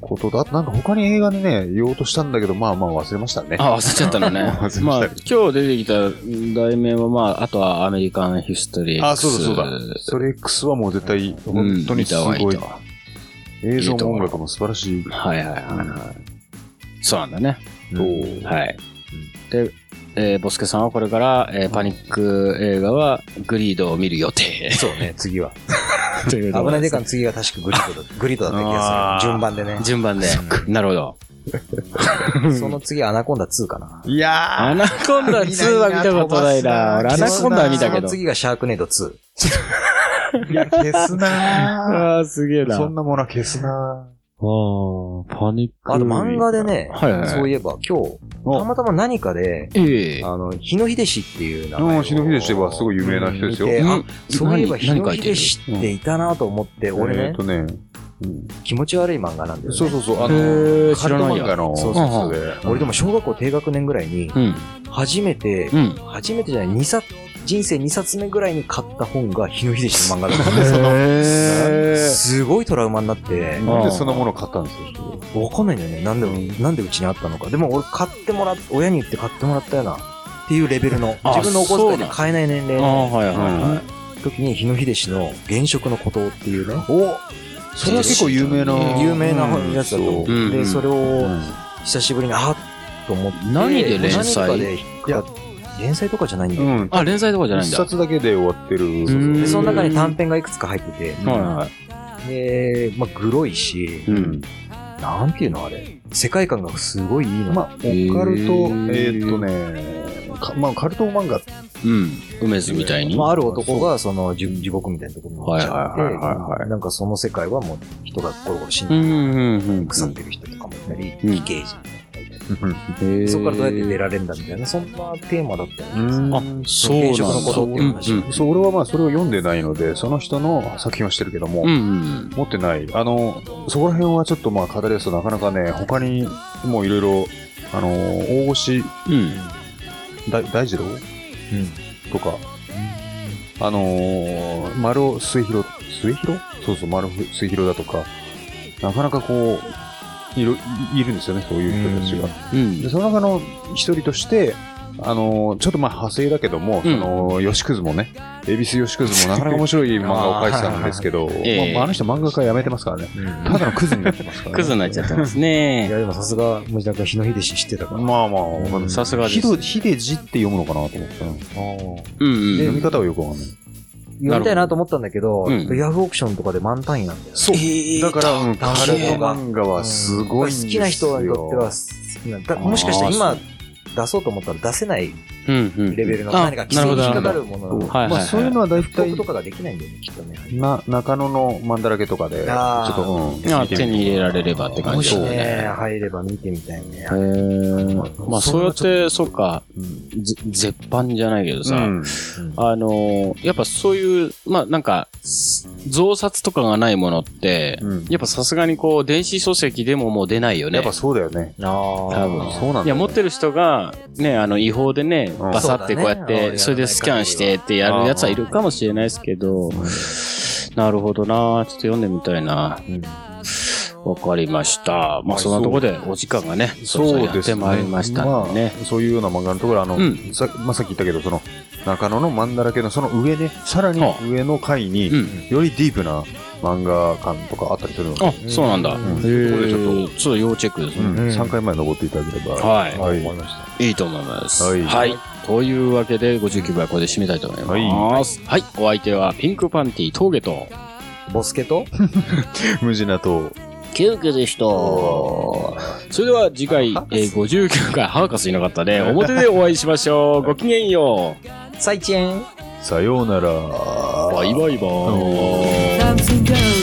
Speaker 4: ことだ。あとなんか他に映画でね、言おうとしたんだけど、まあまあ忘れましたね。
Speaker 3: あ、忘れちゃったのね。
Speaker 4: 忘れました
Speaker 3: まあ、今日出てきた題名は、まあ、あとはアメリカンヒストリー。
Speaker 4: あ、そうだそうだ。ストレックスはもう絶対、本当にす
Speaker 3: うん見た方
Speaker 4: ご
Speaker 3: がい
Speaker 4: い
Speaker 3: い。と
Speaker 4: 映像も音楽も素晴らしい。
Speaker 3: はいはいはいはい。そうなんだね。
Speaker 4: うん
Speaker 3: はい。で、えーボスケさんはこれから、えーパニック映画はグリードを見る予定。
Speaker 5: そうね、次は。
Speaker 3: という
Speaker 5: 危
Speaker 3: こと
Speaker 5: ない
Speaker 3: で
Speaker 5: デカの次は確かグリッドだグリッドだった気
Speaker 4: あ
Speaker 5: が
Speaker 4: ー
Speaker 5: する。順番でね。
Speaker 3: 順番で。なるほど。
Speaker 5: その次アナコンダ2かな。
Speaker 4: いや
Speaker 3: アナコンダ2は見たことないな。俺アナコンダは見たけ
Speaker 5: その
Speaker 3: ど。
Speaker 5: 次がシャークネード2。
Speaker 4: ー、いや、消すなー。
Speaker 3: ああ、すげえな。
Speaker 4: そんなものは消すな
Speaker 3: パニック。
Speaker 5: あと漫画でね、
Speaker 3: はいはいはい
Speaker 5: そういえば今日、
Speaker 4: お
Speaker 5: たまたま何かで、
Speaker 3: ええ。
Speaker 5: あの、日野秀氏っていう名
Speaker 4: う
Speaker 5: 前を。
Speaker 4: ん日野秀氏はすごい有名な人ですよ
Speaker 5: 見て
Speaker 3: うん
Speaker 5: あそういえば日
Speaker 3: 何
Speaker 5: 野
Speaker 3: 何書いてる
Speaker 5: 秀氏っていたなと思って、
Speaker 4: ー。
Speaker 5: 俺
Speaker 4: えー
Speaker 5: ね
Speaker 4: と、ね、うん
Speaker 5: 気持ち悪い漫画なんだよね。
Speaker 4: そうそうそう、あ
Speaker 3: へー
Speaker 4: の、
Speaker 3: 知らないや
Speaker 4: カルト漫画の、
Speaker 5: そう
Speaker 3: そう
Speaker 4: うで
Speaker 5: 俺でも小学校低学年ぐらいに、
Speaker 3: うん。
Speaker 5: 初めて、
Speaker 3: うん。
Speaker 5: 初めてじゃない、二冊、人生2冊目ぐらいに買った本が日野秀氏の漫画だったんですよ。
Speaker 3: へ
Speaker 5: すごいトラウマになって、
Speaker 4: なんでそんなものを買ったんですよ。
Speaker 5: わかんないんだよね。なんで、なんでうちにあったのか。でも俺買ってもらっ、親に言って買ってもらったような、っていうレベルの、
Speaker 3: あ
Speaker 5: 自分のお小遣い
Speaker 3: そうなん
Speaker 5: で買えない年齢
Speaker 3: ああ、
Speaker 5: の
Speaker 3: はいはいはい。
Speaker 5: 時に日野秀氏の現職の孤島っていうね、
Speaker 4: おそれは結構有名な
Speaker 5: 有名なやつだと思う、
Speaker 3: うん
Speaker 5: でそれを
Speaker 4: ん
Speaker 5: 久しぶりにあっと思って
Speaker 3: 何で連載
Speaker 5: 何かで引っかかっ連載とかじゃないんだよ、
Speaker 4: うん。
Speaker 3: あ、連載とかじゃないん
Speaker 4: 一
Speaker 3: だ。
Speaker 4: 冊だけで終わってる。
Speaker 3: ん
Speaker 5: でその中に短編がいくつか入ってて、
Speaker 3: はいは
Speaker 5: で、まあ、グロいし
Speaker 3: い。、うん。
Speaker 5: なんていうのあれ世界観がすごいいいの、
Speaker 4: まあ、オカルト、えーっとね、かまあ、カルト漫画って
Speaker 3: うん。梅津みたいに。
Speaker 5: まあ、ある男がその地地獄みたいなところに行っちゃって、
Speaker 4: はいはいはいはいはい
Speaker 5: なんかその世界はもう人がゴロゴロ死ん
Speaker 3: う
Speaker 5: で、
Speaker 3: んうんうん。
Speaker 5: 腐ってる人とかもいたり、
Speaker 3: うん
Speaker 5: 異形人とかいたり、
Speaker 3: へー
Speaker 5: そこからどうやって出られるんだみたいな、そんなテーマだったよね。
Speaker 4: あ
Speaker 3: そうなんだ。
Speaker 5: 現職のことっていう話
Speaker 3: うん
Speaker 4: そう俺はまあそれを読んでないので、その人の作品はしてるけども、
Speaker 3: うんうん。
Speaker 4: 持ってない。あの、そこら辺はちょっとまあ語り出すとなかなかね、他にもいろいろ、あの、大越
Speaker 3: うん。
Speaker 4: 大大二郎、とか、あのー、丸尾末広、末広そうそう、丸尾末広だとか、なかなかこう、いろ、いるんですよね、そういう人たちが。
Speaker 3: うん
Speaker 4: で、。その中の一人として、あのーちょっとまあ派生だけども、
Speaker 3: うん
Speaker 4: あのー、吉もね、恵比寿吉もなかなか面白い 漫画を描いてたんですけど、
Speaker 3: ええ
Speaker 4: まあ、あの人漫画家辞めてますからね。ただのクズになってますからね。
Speaker 3: クズになっちゃってます
Speaker 5: い
Speaker 3: ね。
Speaker 5: や、でもさすが、無事なんか日野秀氏知ってたから。
Speaker 4: まあまあ、わかんない
Speaker 3: さすがです
Speaker 4: ひどひでじって読むのかなと思ったな
Speaker 3: うんうん。
Speaker 4: 読み方はよくわかんない。
Speaker 5: 読みたいなと思ったんだけど、
Speaker 3: うん
Speaker 5: ヤフオークションとかで満単位なんだよね。
Speaker 4: そう。だから、うんカ
Speaker 5: 高
Speaker 4: ル
Speaker 5: い
Speaker 4: ト漫画はすごいんですよ。
Speaker 5: 好きな人にとっては好きなだ。もしかしたら今出そうと思ったら出せない
Speaker 3: うんうん。
Speaker 5: レベルの
Speaker 3: あ
Speaker 5: 何か規制に引っかかるもの
Speaker 3: はいはいはい
Speaker 4: まあ、そういうのは大
Speaker 5: 復刻
Speaker 4: 体
Speaker 5: と、かができないんだよね、きっとね。
Speaker 4: な、中野のマンだらけとかで、ちょ
Speaker 5: あー
Speaker 4: っと、うん。
Speaker 3: あ
Speaker 4: 見てみ
Speaker 3: 手に入れられればって感
Speaker 5: も
Speaker 3: じ
Speaker 5: し
Speaker 3: だ
Speaker 4: そう
Speaker 5: ね、。入れば見てみたいね
Speaker 3: へ。ーまあそうやって、そうか、ぜ絶版じゃないけどさ、
Speaker 4: うん
Speaker 3: あのーやっぱそういう、まあなんか、増刷とかがないものって、
Speaker 4: うん
Speaker 3: やっぱさすがにこう、電子書籍でももう出ないよね。
Speaker 4: やっぱそうだよね。
Speaker 5: ああ
Speaker 3: 多分
Speaker 4: そうなんだよね
Speaker 3: いや、持ってる人が、ね、あの、違法でね、
Speaker 4: うん
Speaker 3: バサってこうやっ
Speaker 5: そうだ
Speaker 3: て、
Speaker 5: ね
Speaker 3: それでスキャンしてってやるやつはいるかもしれないですけど、なるほどなちょっと読んでみたいな。わかりました。まあ、そんなところでお時間がね、
Speaker 4: そう
Speaker 3: ろろ
Speaker 4: で
Speaker 3: やっ
Speaker 4: す
Speaker 3: て
Speaker 4: ね。
Speaker 3: まいりましたんでね。
Speaker 4: まあそういうような漫画のところ、あの、
Speaker 3: うん
Speaker 4: さまあ、さっき言ったけど、その、中野のマンだらけのその上ね、さらに上の階に、
Speaker 3: うん。
Speaker 4: よりディープな漫画館とかあったりするので、
Speaker 3: あ、そうなんだ。
Speaker 4: ん
Speaker 3: へー
Speaker 4: ここでちょ
Speaker 3: ちょっと要チェックです
Speaker 4: う
Speaker 3: ね。
Speaker 4: ん、3回前登っていただければ。
Speaker 3: はい
Speaker 4: はい。
Speaker 3: いいと思います。
Speaker 4: はい
Speaker 3: というわけで、59部はこれで締めたいと思います。はい。お相手は、ピンクパンティ峠と、
Speaker 5: ボスケと
Speaker 4: 無事なと、
Speaker 2: キュウキュウでした。
Speaker 3: それでは次回、えー59回、ハーカスいなかったね。表でお会いしましょう。ごきげんよう。
Speaker 5: サイチェン
Speaker 4: さようなら。
Speaker 3: バイバイバーイ。
Speaker 11: Dancing girl,